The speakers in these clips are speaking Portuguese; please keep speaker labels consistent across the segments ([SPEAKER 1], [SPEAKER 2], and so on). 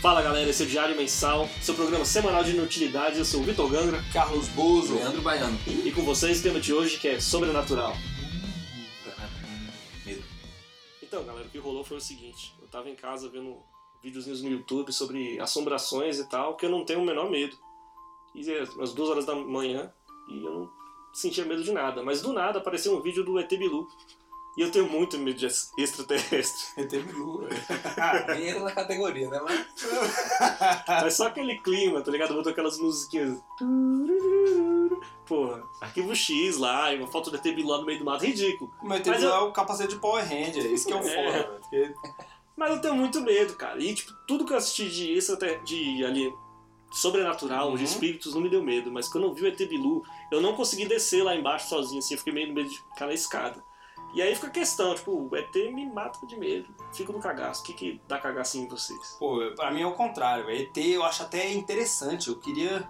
[SPEAKER 1] Fala galera, esse é o Diário Mensal, seu programa semanal de inutilidades. Eu sou o Vitor Gangra
[SPEAKER 2] Carlos Bozo.
[SPEAKER 3] Leandro Baiano.
[SPEAKER 1] e com vocês o tema de hoje que é sobrenatural.
[SPEAKER 3] Medo.
[SPEAKER 1] Então galera, o que rolou foi o seguinte: eu tava em casa vendo videozinhos no YouTube sobre assombrações e tal, que eu não tenho o menor medo. E é umas duas horas da manhã e eu não sentia medo de nada, mas do nada apareceu um vídeo do ET Bilu. E eu tenho muito medo de ex- extraterrestre.
[SPEAKER 2] ET Bilu.
[SPEAKER 3] Nem entra na categoria, né? Mas
[SPEAKER 1] Mas só aquele clima, tá ligado? Botou aquelas musiquinhas. Porra, arquivo X lá, e uma foto do ET Bilu lá no meio do mato, ridículo.
[SPEAKER 2] Mas ET
[SPEAKER 1] Mas
[SPEAKER 2] Bilu
[SPEAKER 1] eu-
[SPEAKER 2] é o capacete de Power Ranger, isso que é o
[SPEAKER 1] É.
[SPEAKER 2] foda. velho, porque-
[SPEAKER 1] Mas eu tenho muito medo, cara. E, tipo, tudo que eu assisti de, extra, de ali, sobrenatural, de
[SPEAKER 2] Uhum.
[SPEAKER 1] espíritos, não me deu medo. Mas quando eu vi o ET Bilu, eu não consegui descer lá embaixo sozinho, assim. Eu fiquei meio no medo de ficar na escada. E aí fica a questão, tipo, o ET me mata de medo. Fico no cagaço. O que que dá cagaço em vocês?
[SPEAKER 2] Pô, pra mim é o contrário, velho. ET eu acho até interessante, eu queria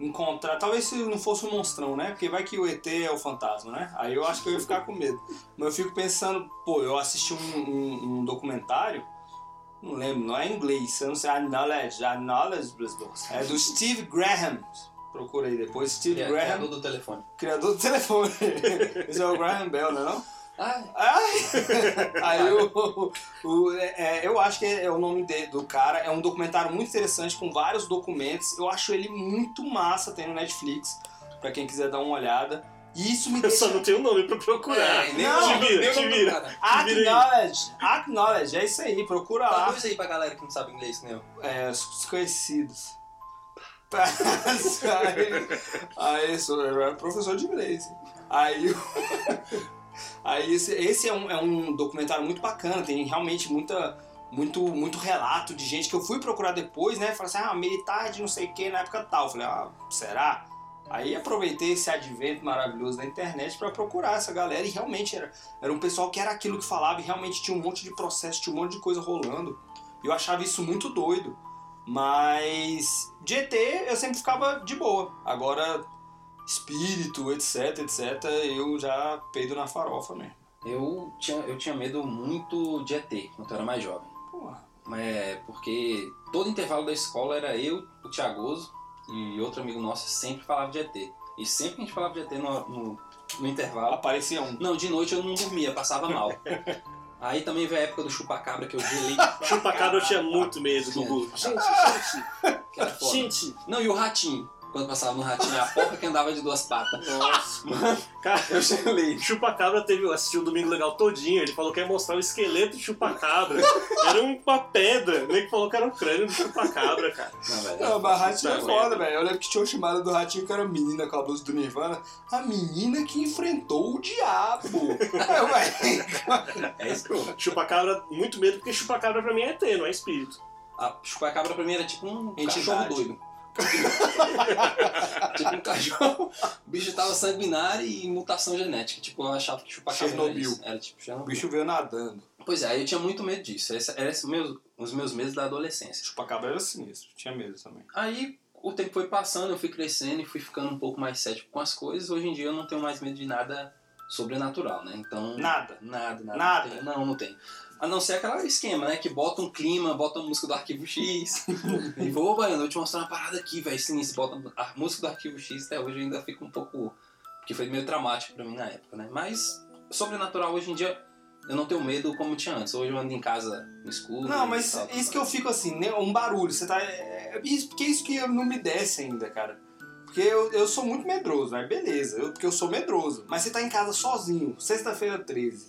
[SPEAKER 2] encontrar. Talvez se não fosse um monstrão, né? Porque vai que o ET é o fantasma, né? Aí eu acho que eu ia ficar com medo. Mas eu fico pensando, pô, eu assisti um, um- um documentário, não lembro, não é em inglês, eu não sei, Acknowledge, Acknowledge, é do Steve Graham. Procura aí depois, Steve
[SPEAKER 3] é, é
[SPEAKER 2] Graham,
[SPEAKER 3] do telefone.
[SPEAKER 2] criador do telefone. Esse é o Graham Bell, não é não?
[SPEAKER 3] Ah,
[SPEAKER 2] Ai! Aí o, o- é, é, eu acho que é, o nome de- do cara. É um documentário muito interessante com vários documentos. Eu acho ele muito massa, tem no Netflix, pra quem quiser dar uma olhada. E isso me
[SPEAKER 1] Eu só
[SPEAKER 2] deixa.
[SPEAKER 1] não tenho nome pra procurar.
[SPEAKER 3] é, nem
[SPEAKER 2] Não,
[SPEAKER 3] o nome-
[SPEAKER 1] te vira,
[SPEAKER 3] nem o
[SPEAKER 1] te
[SPEAKER 3] nome do
[SPEAKER 1] vira.
[SPEAKER 3] cara.
[SPEAKER 1] virei.
[SPEAKER 2] Acknowledge! Acknowledge, é isso aí, procura lá.
[SPEAKER 3] Traduz aí pra galera que não sabe inglês, né? que nem eu.
[SPEAKER 2] É, os desconhecidos. aí, sou, eu era professor de inglês. Aí, o- aí esse, esse é, um, é um documentário muito bacana, tem realmente muita, muito, muito relato de gente que eu fui procurar depois, né? Falei assim, ah, militar de não sei o que na época tal. Falei, ah, será? Aí aproveitei esse advento maravilhoso da internet pra procurar essa galera e realmente era, era um pessoal que era aquilo que falava e realmente tinha um monte de processo, tinha um monte de coisa rolando. E eu achava isso muito doido. Mas de ET eu sempre ficava de boa. Agora, espírito, etc, etc, eu já peido na farofa mesmo.
[SPEAKER 3] Eu tinha, eu tinha medo muito de ET quando eu era mais jovem.
[SPEAKER 2] Porra.
[SPEAKER 3] É, porque todo intervalo da escola era eu, o Thiagoso e outro amigo nosso sempre falava de ET. E sempre que a gente falava de ET no- no- no intervalo,
[SPEAKER 2] Aparecia um.
[SPEAKER 3] Não, de noite eu não dormia, passava mal. Aí também veio a época do chupacabra que eu gelei.
[SPEAKER 1] Chupacabra eu tinha muito medo, Gugu. Gente, gente,
[SPEAKER 3] Que era foda.
[SPEAKER 1] gente.
[SPEAKER 3] Não, e o ratinho. Quando passava no ratinho, a porca que andava de duas patas.
[SPEAKER 1] Nossa, mano. Cara,
[SPEAKER 3] Eu gelei.
[SPEAKER 1] Chupacabra teve, assistiu o Domingo Legal todinho, ele falou que ia mostrar o esqueleto de Chupacabra. Era uma pedra, nem que falou que era um crânio do Chupacabra, cara.
[SPEAKER 3] Não, velho.
[SPEAKER 2] Não, mas ratinho é
[SPEAKER 1] Tá,
[SPEAKER 2] foda, velho. Eu lembro que tinha uma chamada do ratinho que era menina com a blusa do Nirvana. A menina que enfrentou o diabo. é,
[SPEAKER 3] É isso que eu...
[SPEAKER 1] Chupacabra, muito medo, porque Chupacabra pra mim é ET, não é espírito.
[SPEAKER 3] A chupacabra pra mim era tipo um
[SPEAKER 2] Entidade.
[SPEAKER 3] cachorro doido. tipo um cachorro. O bicho tava sanguinário e mutação genética. Tipo, eu achava que chupacabra era
[SPEAKER 2] Chernobyl.
[SPEAKER 3] isso. Era tipo
[SPEAKER 2] o
[SPEAKER 3] Chernobyl.
[SPEAKER 2] bicho veio nadando.
[SPEAKER 3] Pois é, aí eu tinha muito medo disso. Esse, era esse meus, os meus medos da adolescência.
[SPEAKER 2] Chupacabra era sinistro. Tinha medo também.
[SPEAKER 3] Aí o tempo foi passando, eu fui crescendo e fui ficando um pouco mais cético com as coisas. Hoje em dia eu não tenho mais medo de nada sobrenatural, né? Então.
[SPEAKER 2] Nada.
[SPEAKER 3] Nada, nada.
[SPEAKER 2] Nada.
[SPEAKER 3] Não, tenho. não, não tem. A não ser aquele esquema, né? Que bota um clima, bota a música do arquivo X. e vou, ô, Baiano, eu te mostrar uma parada aqui, velho. Sim, se bota a música do arquivo X até hoje eu ainda fica um pouco. Porque foi meio traumático pra mim na época, né? Mas sobrenatural hoje em dia. Eu não tenho medo como eu tinha antes. Hoje eu ando em casa no escuro.
[SPEAKER 2] Não,
[SPEAKER 3] e
[SPEAKER 2] mas
[SPEAKER 3] tal, tal,
[SPEAKER 2] isso que
[SPEAKER 3] tal.
[SPEAKER 2] eu fico assim, né, um barulho. Você tá. é, é, isso, porque isso que eu não me desce ainda, cara. Porque eu, eu sou muito medroso, mas beleza, eu, porque eu sou medroso. Mas você tá em casa sozinho, sexta-feira 13,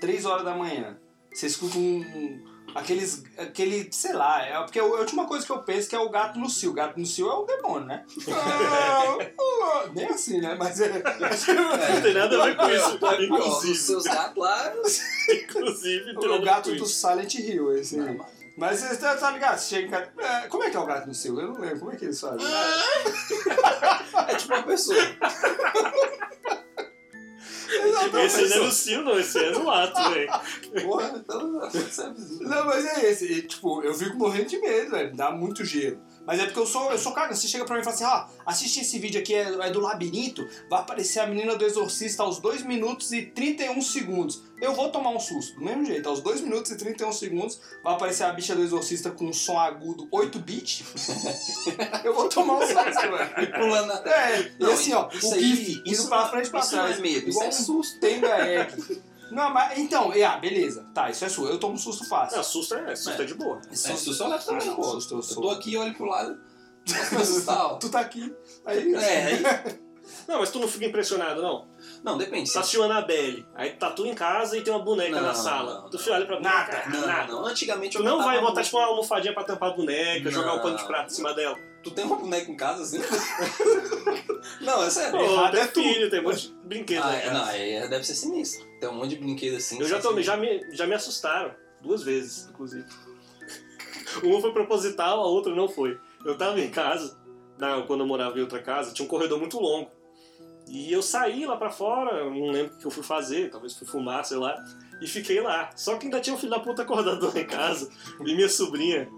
[SPEAKER 2] 3 horas da manhã. Você escuta um. um- aqueles. aquele. sei lá, é porque a última coisa que eu penso que é o gato no cio. O gato no cio é o demônio, né? Nem assim, né? Mas é.
[SPEAKER 1] Não tem nada a ver com isso,
[SPEAKER 3] Pô, Os
[SPEAKER 1] inclusive.
[SPEAKER 3] seus gatos lá.
[SPEAKER 1] Inclusive, não tem
[SPEAKER 2] O
[SPEAKER 1] nada a ver
[SPEAKER 2] gato
[SPEAKER 1] com
[SPEAKER 2] do
[SPEAKER 1] isso.
[SPEAKER 2] Silent Hill, esse.
[SPEAKER 3] Não, mas-
[SPEAKER 1] É.
[SPEAKER 2] Mas você tá, tá ligado? Você chega em casa. é, Como é que é o gato no seu? Eu não lembro. Como é que eles fazem?
[SPEAKER 1] Ah.
[SPEAKER 3] É tipo uma pessoa.
[SPEAKER 2] Exatamente.
[SPEAKER 1] Esse não é no Cio, não, esse é no ato, velho.
[SPEAKER 2] Porra.
[SPEAKER 3] Então, você é visível.
[SPEAKER 2] Não, mas é esse. E, tipo, eu fico morrendo de medo, velho. Dá muito gelo. Mas é porque eu sou, eu sou cara, você chega pra mim e fala assim, ah, assiste esse vídeo aqui, é, é do labirinto, vai aparecer a menina do exorcista aos 2 minutos e 31 segundos. Eu vou tomar um susto, do mesmo jeito, aos 2 minutos e 31 segundos vai aparecer a bicha do exorcista com um som agudo 8 bit. eu vou tomar um susto, velho.
[SPEAKER 3] Pulando na
[SPEAKER 2] É,
[SPEAKER 3] Não,
[SPEAKER 2] e assim, ó,
[SPEAKER 3] isso
[SPEAKER 2] o
[SPEAKER 3] aí-
[SPEAKER 2] gif,
[SPEAKER 3] isso
[SPEAKER 2] isso pra
[SPEAKER 3] não-
[SPEAKER 2] frente e pra
[SPEAKER 3] isso
[SPEAKER 2] trás.
[SPEAKER 3] não é medo,
[SPEAKER 2] igual
[SPEAKER 3] isso é
[SPEAKER 2] um susto. Tem gag. Não, mas então, é, ah, beleza. Tá, isso é sua. Eu tomo um susto fácil.
[SPEAKER 1] Não, susto é, susto é. de boa.
[SPEAKER 3] É, susto eu levo também,
[SPEAKER 2] Ah,
[SPEAKER 3] pô.
[SPEAKER 2] susto eu
[SPEAKER 3] Eu
[SPEAKER 2] sou.
[SPEAKER 3] tô aqui, olho pro lado. Nossa, tal.
[SPEAKER 2] Tu tá aqui. Aí,
[SPEAKER 3] É, aí.
[SPEAKER 1] Não, mas tu não fica impressionado, não.
[SPEAKER 3] Não, depende.
[SPEAKER 1] Tu
[SPEAKER 3] se-
[SPEAKER 1] tá assistindo Anabelle, aí tá tu em casa e tem uma boneca
[SPEAKER 3] Não,
[SPEAKER 1] na sala.
[SPEAKER 3] não,
[SPEAKER 1] tu fica olha pra
[SPEAKER 2] Nada,
[SPEAKER 1] boneca,
[SPEAKER 3] Não, não, não. Antigamente
[SPEAKER 1] Tu
[SPEAKER 3] eu
[SPEAKER 1] não vai
[SPEAKER 3] botava
[SPEAKER 1] botar tipo uma almofadinha pra tampar a boneca,
[SPEAKER 3] Não.
[SPEAKER 1] jogar um pano de prato em cima dela.
[SPEAKER 3] Tu tem uma boneca em casa assim? não, é sério.
[SPEAKER 1] Pô,
[SPEAKER 2] errado
[SPEAKER 1] tem
[SPEAKER 2] é tu.
[SPEAKER 1] filho, tem um monte de brinquedo.
[SPEAKER 3] Ah,
[SPEAKER 1] na
[SPEAKER 3] é,
[SPEAKER 1] casa.
[SPEAKER 3] não, é, deve ser sinistro. Tem um monte de brinquedo assim.
[SPEAKER 1] Eu já
[SPEAKER 3] assim,
[SPEAKER 1] tomei, já me, já me assustaram. Duas vezes, inclusive. Uma foi proposital, a outra não foi. Eu tava em casa, na- quando eu morava em outra casa, tinha um corredor muito longo. E eu saí lá pra fora, eu não lembro o que eu fui fazer, talvez fui fumar, sei lá, e fiquei lá. Só que ainda tinha um filho da puta acordado lá em casa, e minha sobrinha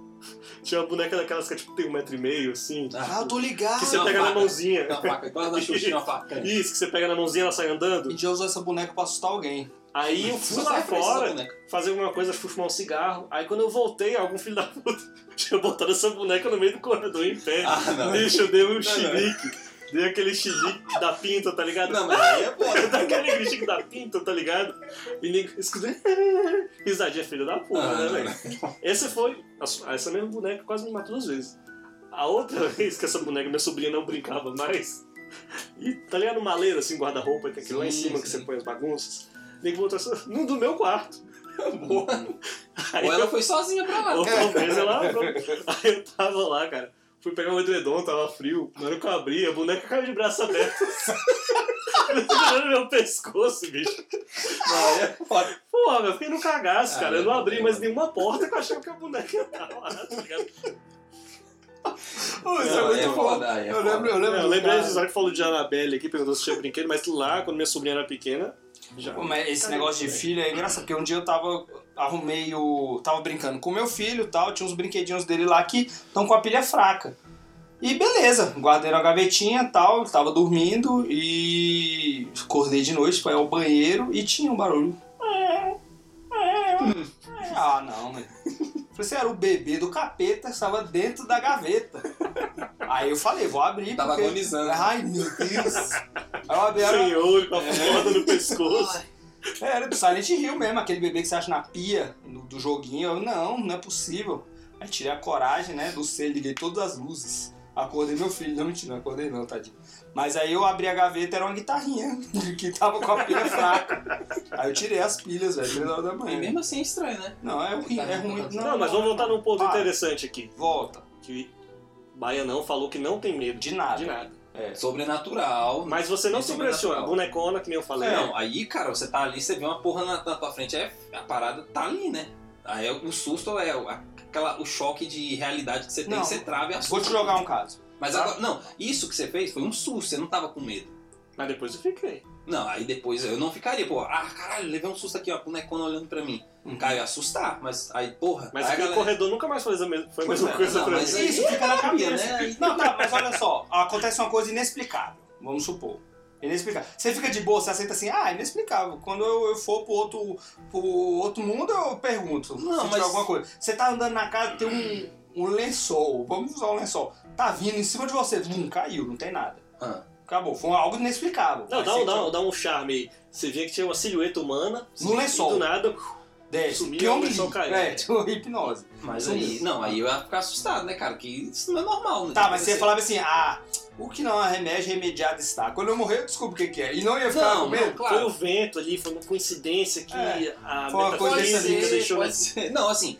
[SPEAKER 1] tinha uma boneca daquelas que é, tipo tem um metro e meio, assim,
[SPEAKER 2] Ah,
[SPEAKER 3] Ah,
[SPEAKER 2] eu tô ligado.
[SPEAKER 1] que você
[SPEAKER 3] uma
[SPEAKER 1] pega na
[SPEAKER 3] faca.
[SPEAKER 1] mãozinha.
[SPEAKER 3] Tem uma faca, igual na Xuxa, tem uma faca.
[SPEAKER 1] Isso, que você pega na mãozinha e ela sai andando.
[SPEAKER 3] um
[SPEAKER 2] A gente já usou essa boneca pra assustar alguém.
[SPEAKER 1] Aí eu fui
[SPEAKER 3] Só
[SPEAKER 1] lá
[SPEAKER 3] sai pra essa
[SPEAKER 1] fora,
[SPEAKER 3] boneca.
[SPEAKER 1] fazer alguma coisa, fui fumar um cigarro. Aí quando eu voltei, algum filho da puta tinha botado essa boneca no meio do corredor em pé.
[SPEAKER 3] Ah, não.
[SPEAKER 1] Bicho, eu dei um
[SPEAKER 3] não.
[SPEAKER 1] chilique. Dei aquele chilique da pinta, tá ligado?
[SPEAKER 3] Não, mas aí é
[SPEAKER 1] Eu dei
[SPEAKER 3] foda.
[SPEAKER 1] aquele chilique da pinta, tá ligado? E ninguém escutei. Risadinha filha da puta,
[SPEAKER 3] Ah,
[SPEAKER 1] né,
[SPEAKER 3] não,
[SPEAKER 1] velho? Essa foi. a- ah, Essa mesma boneca quase me matou duas vezes. A outra vez que essa boneca, minha sobrinha não brincava mais. E tá ligado? Maleiro assim, guarda-roupa, tem aquele lá em
[SPEAKER 3] Sim,
[SPEAKER 1] cima que
[SPEAKER 3] sim.
[SPEAKER 1] você põe as bagunças. Nego botou essa. No do meu quarto.
[SPEAKER 3] Boa.
[SPEAKER 1] Aí
[SPEAKER 3] Ou
[SPEAKER 1] eu-
[SPEAKER 3] ela foi sozinha pra lá.
[SPEAKER 1] ou talvez ela. Aí eu tava lá, cara. Fui pegar um edredom, tava frio. Na hora que eu abri, a boneca caiu de braço aberto. Segurando meu pescoço, bicho.
[SPEAKER 3] Aí é foda.
[SPEAKER 1] Porra, meu, eu fiquei no cagaço,
[SPEAKER 3] Ah,
[SPEAKER 1] cara. Eu não
[SPEAKER 3] não,
[SPEAKER 1] abri
[SPEAKER 3] não.
[SPEAKER 1] mais nenhuma porta que eu achava que a boneca ia estar lá, tá ligado?
[SPEAKER 2] Ô, isso
[SPEAKER 3] Não,
[SPEAKER 2] é
[SPEAKER 3] aí
[SPEAKER 2] muito
[SPEAKER 3] é
[SPEAKER 2] bom.
[SPEAKER 3] foda, aí é
[SPEAKER 2] Eu lembro,
[SPEAKER 3] foda.
[SPEAKER 2] eu lembro.
[SPEAKER 1] Eu
[SPEAKER 2] do
[SPEAKER 1] lembrei
[SPEAKER 2] cara.
[SPEAKER 1] dessa história que falou de Anabelle aqui, perguntou se tinha brinquedo, mas lá, quando minha sobrinha era pequena, já.
[SPEAKER 2] Pô, mas esse
[SPEAKER 1] Cadê
[SPEAKER 2] negócio de
[SPEAKER 1] isso,
[SPEAKER 2] filho é engraçado, porque um dia eu tava. Arrumei o. Tava brincando com meu filho e tal, tinha uns brinquedinhos dele lá que estão com a pilha fraca. E beleza, guardei na gavetinha e tal, tava dormindo e. Acordei de noite, foi ao banheiro e tinha um barulho. Ah, não, né? Falei, você era o bebê do capeta que estava dentro da gaveta. Aí eu falei, vou abrir.
[SPEAKER 3] Tava
[SPEAKER 2] porque-
[SPEAKER 3] agonizando.
[SPEAKER 2] Ai, meu Deus. Aí eu abri, era,
[SPEAKER 1] Sem olho, com a foda no pescoço.
[SPEAKER 2] é, era do Silent Hill mesmo, aquele bebê que você acha na pia no- do joguinho. Eu, não, não é possível. Aí tirei a coragem, né, do ser, liguei todas as luzes. Acordei meu filho, não mentira, não acordei não, tadinho. Mas aí eu abri a gaveta, era uma guitarrinha que tava com a pilha fraca. Aí eu tirei as pilhas, velho, três horas da
[SPEAKER 3] E
[SPEAKER 2] manhã.
[SPEAKER 3] mesmo assim é estranho, né?
[SPEAKER 2] Não, é ruim, é ruim.
[SPEAKER 1] Não, mas vamos voltar num ponto
[SPEAKER 2] Para.
[SPEAKER 1] interessante aqui.
[SPEAKER 2] Volta,
[SPEAKER 1] Que Baianão falou que não tem medo
[SPEAKER 2] de nada.
[SPEAKER 1] de nada.
[SPEAKER 2] É.
[SPEAKER 3] Sobrenatural.
[SPEAKER 1] Mas você não
[SPEAKER 3] Isso
[SPEAKER 1] se
[SPEAKER 3] é
[SPEAKER 1] impressiona. A
[SPEAKER 3] natural.
[SPEAKER 1] bonecona, que nem eu
[SPEAKER 2] É.
[SPEAKER 1] falei,
[SPEAKER 3] Não, aí, cara, você tá ali, você vê uma porra na, na tua frente, é, a parada tá ali, né? Aí é- o susto é o- aquela, o choque de realidade que você tem,
[SPEAKER 2] Não.
[SPEAKER 3] você trava e
[SPEAKER 2] Vou
[SPEAKER 3] assusta.
[SPEAKER 2] te jogar um caso.
[SPEAKER 3] Mas
[SPEAKER 2] tá?
[SPEAKER 3] agora, não, isso que você fez foi um susto, você não tava com medo.
[SPEAKER 1] mas depois eu fiquei.
[SPEAKER 3] Não, aí depois eu não ficaria, pô, ah, caralho, levei um susto aqui, ó, a bonecona olhando pra mim.
[SPEAKER 1] Um
[SPEAKER 2] Um
[SPEAKER 3] Cara, eu ia assustar, mas aí, porra,
[SPEAKER 1] Mas
[SPEAKER 3] aí a
[SPEAKER 1] aquele
[SPEAKER 3] galera-
[SPEAKER 1] corredor nunca mais foi a mesma, foi a
[SPEAKER 2] Pois
[SPEAKER 1] mesma
[SPEAKER 2] é,
[SPEAKER 1] coisa
[SPEAKER 3] não,
[SPEAKER 1] pra
[SPEAKER 3] mas
[SPEAKER 1] mim.
[SPEAKER 2] Isso fica na
[SPEAKER 3] Sabia,
[SPEAKER 2] cabeça.
[SPEAKER 3] né? Aí-
[SPEAKER 2] Não, tá, mas olha só, acontece uma coisa inexplicável, vamos supor. Inexplicável. Você fica de boa, você aceita assim, ah, inexplicável. Quando eu, eu for pro outro, pro outro mundo, eu pergunto
[SPEAKER 3] Não,
[SPEAKER 2] se
[SPEAKER 3] mas-
[SPEAKER 2] tiver alguma coisa. Você tá andando na casa, tem um, um lençol, vamos usar um lençol. Tá vindo em cima de você, não caiu, não tem nada.
[SPEAKER 3] Ah.
[SPEAKER 2] Acabou, foi algo inexplicável.
[SPEAKER 1] Não,
[SPEAKER 2] Aí
[SPEAKER 1] dá
[SPEAKER 2] você
[SPEAKER 1] um, dá, um, dá um charme aí. Você via que tinha uma silhueta humana
[SPEAKER 2] No
[SPEAKER 1] e do
[SPEAKER 2] lençol,
[SPEAKER 1] nada.
[SPEAKER 2] desce,
[SPEAKER 1] sumiu,
[SPEAKER 2] Pyong
[SPEAKER 1] o lençol caiu.
[SPEAKER 2] É, tipo, hipnose.
[SPEAKER 3] Mas
[SPEAKER 2] Sumiu.
[SPEAKER 3] aí, não, aí eu ia ficar assustado, né, cara, que isso não é normal, né?
[SPEAKER 2] Tá, mas você
[SPEAKER 3] Tipo,
[SPEAKER 2] falava assim, ah, o que não é remédio, remediado está. Quando eu morrer, eu descubro o que, que é. E não ia ficar
[SPEAKER 3] Não,
[SPEAKER 2] com medo.
[SPEAKER 3] não, claro.
[SPEAKER 1] Foi o vento ali, foi uma coincidência que
[SPEAKER 2] É,
[SPEAKER 1] a
[SPEAKER 2] foi uma coisa
[SPEAKER 3] Pode
[SPEAKER 1] metafísica
[SPEAKER 2] dessa
[SPEAKER 3] ser,
[SPEAKER 1] deixou.
[SPEAKER 3] pode ser. Não, assim,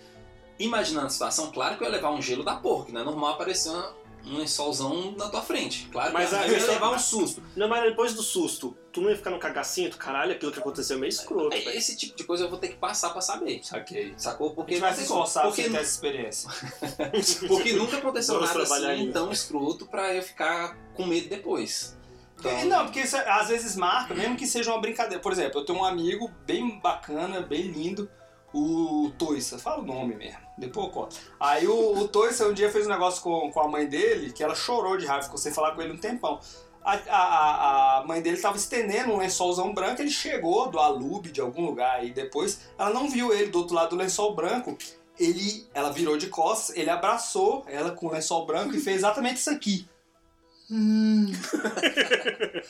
[SPEAKER 3] imaginando a situação, claro que eu ia levar um gelo da porra, que não é normal aparecer uma- um lençolzão na tua frente. Claro
[SPEAKER 1] Mas
[SPEAKER 3] que
[SPEAKER 1] a-
[SPEAKER 3] eu ia levar um susto.
[SPEAKER 1] Não, mas depois do susto, tu não ia ficar no cagacinho, tu caralho, aquilo que aconteceu é meio escroto,
[SPEAKER 3] Aí,
[SPEAKER 1] velho.
[SPEAKER 3] Esse tipo de coisa eu vou ter que passar pra saber.
[SPEAKER 2] Saquei.
[SPEAKER 3] Sacou?
[SPEAKER 2] A gente
[SPEAKER 3] Porque,
[SPEAKER 2] vai se esforçar pra
[SPEAKER 3] porque,
[SPEAKER 2] você ter essa experiência.
[SPEAKER 3] porque nunca aconteceu
[SPEAKER 1] Vamos
[SPEAKER 3] nada
[SPEAKER 1] trabalhar
[SPEAKER 3] assim
[SPEAKER 1] nisso.
[SPEAKER 3] tão escroto pra eu ficar com medo depois. Então,
[SPEAKER 2] É, Não, porque isso, às vezes marca, mesmo que seja uma brincadeira. Por exemplo, eu tenho um amigo bem bacana, bem lindo. o Toissa, fala o nome mesmo, depois eu conto. Aí o, o Toissa um dia fez um negócio com, com a mãe dele, que ela chorou de raiva, ficou sem falar com ele um tempão. A, a, a- a mãe dele tava estendendo um lençolzão branco, ele chegou do alube de algum lugar e depois ela não viu ele do outro lado do lençol branco. Ele, ela virou de costas, ele abraçou ela com o lençol branco e fez exatamente isso aqui.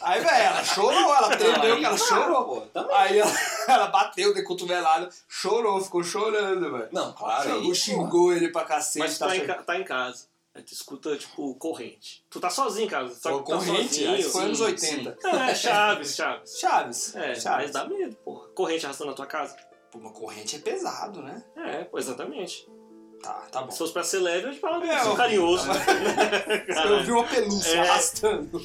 [SPEAKER 2] Aí, velho, ela chorou, ela
[SPEAKER 3] tá,
[SPEAKER 2] tremeu, que ela chorou.
[SPEAKER 3] pô. Também.
[SPEAKER 2] Aí ela, ela bateu, deu cotovelada, chorou, ficou chorando, velho.
[SPEAKER 3] Não, claro. aí,
[SPEAKER 2] Xangô xingou ele pra cacete.
[SPEAKER 1] Mas tu tá, em,
[SPEAKER 2] chorando.
[SPEAKER 1] ca- tá em casa. Aí tu escuta, tipo, corrente. Tu tá sozinho em casa. Sabe
[SPEAKER 2] Foi
[SPEAKER 1] que tu tá
[SPEAKER 2] corrente, aí
[SPEAKER 1] sozinho.
[SPEAKER 2] foi anos
[SPEAKER 3] Sim,
[SPEAKER 2] 80.
[SPEAKER 1] É, Chaves, Chaves.
[SPEAKER 2] Chaves.
[SPEAKER 1] É, mas
[SPEAKER 2] Chaves.
[SPEAKER 1] dá medo, porra. Corrente arrastando na tua casa.
[SPEAKER 2] Pô, uma corrente é pesado, né?
[SPEAKER 1] É, pô, exatamente.
[SPEAKER 2] Tá, tá bom.
[SPEAKER 1] Se fosse pra ser leve, eu te falava que eu
[SPEAKER 2] É,
[SPEAKER 1] sou
[SPEAKER 2] eu-
[SPEAKER 1] carinhoso.
[SPEAKER 2] Eu vi é
[SPEAKER 1] Caralho.
[SPEAKER 2] uma pelúcia
[SPEAKER 1] É.
[SPEAKER 2] arrastando.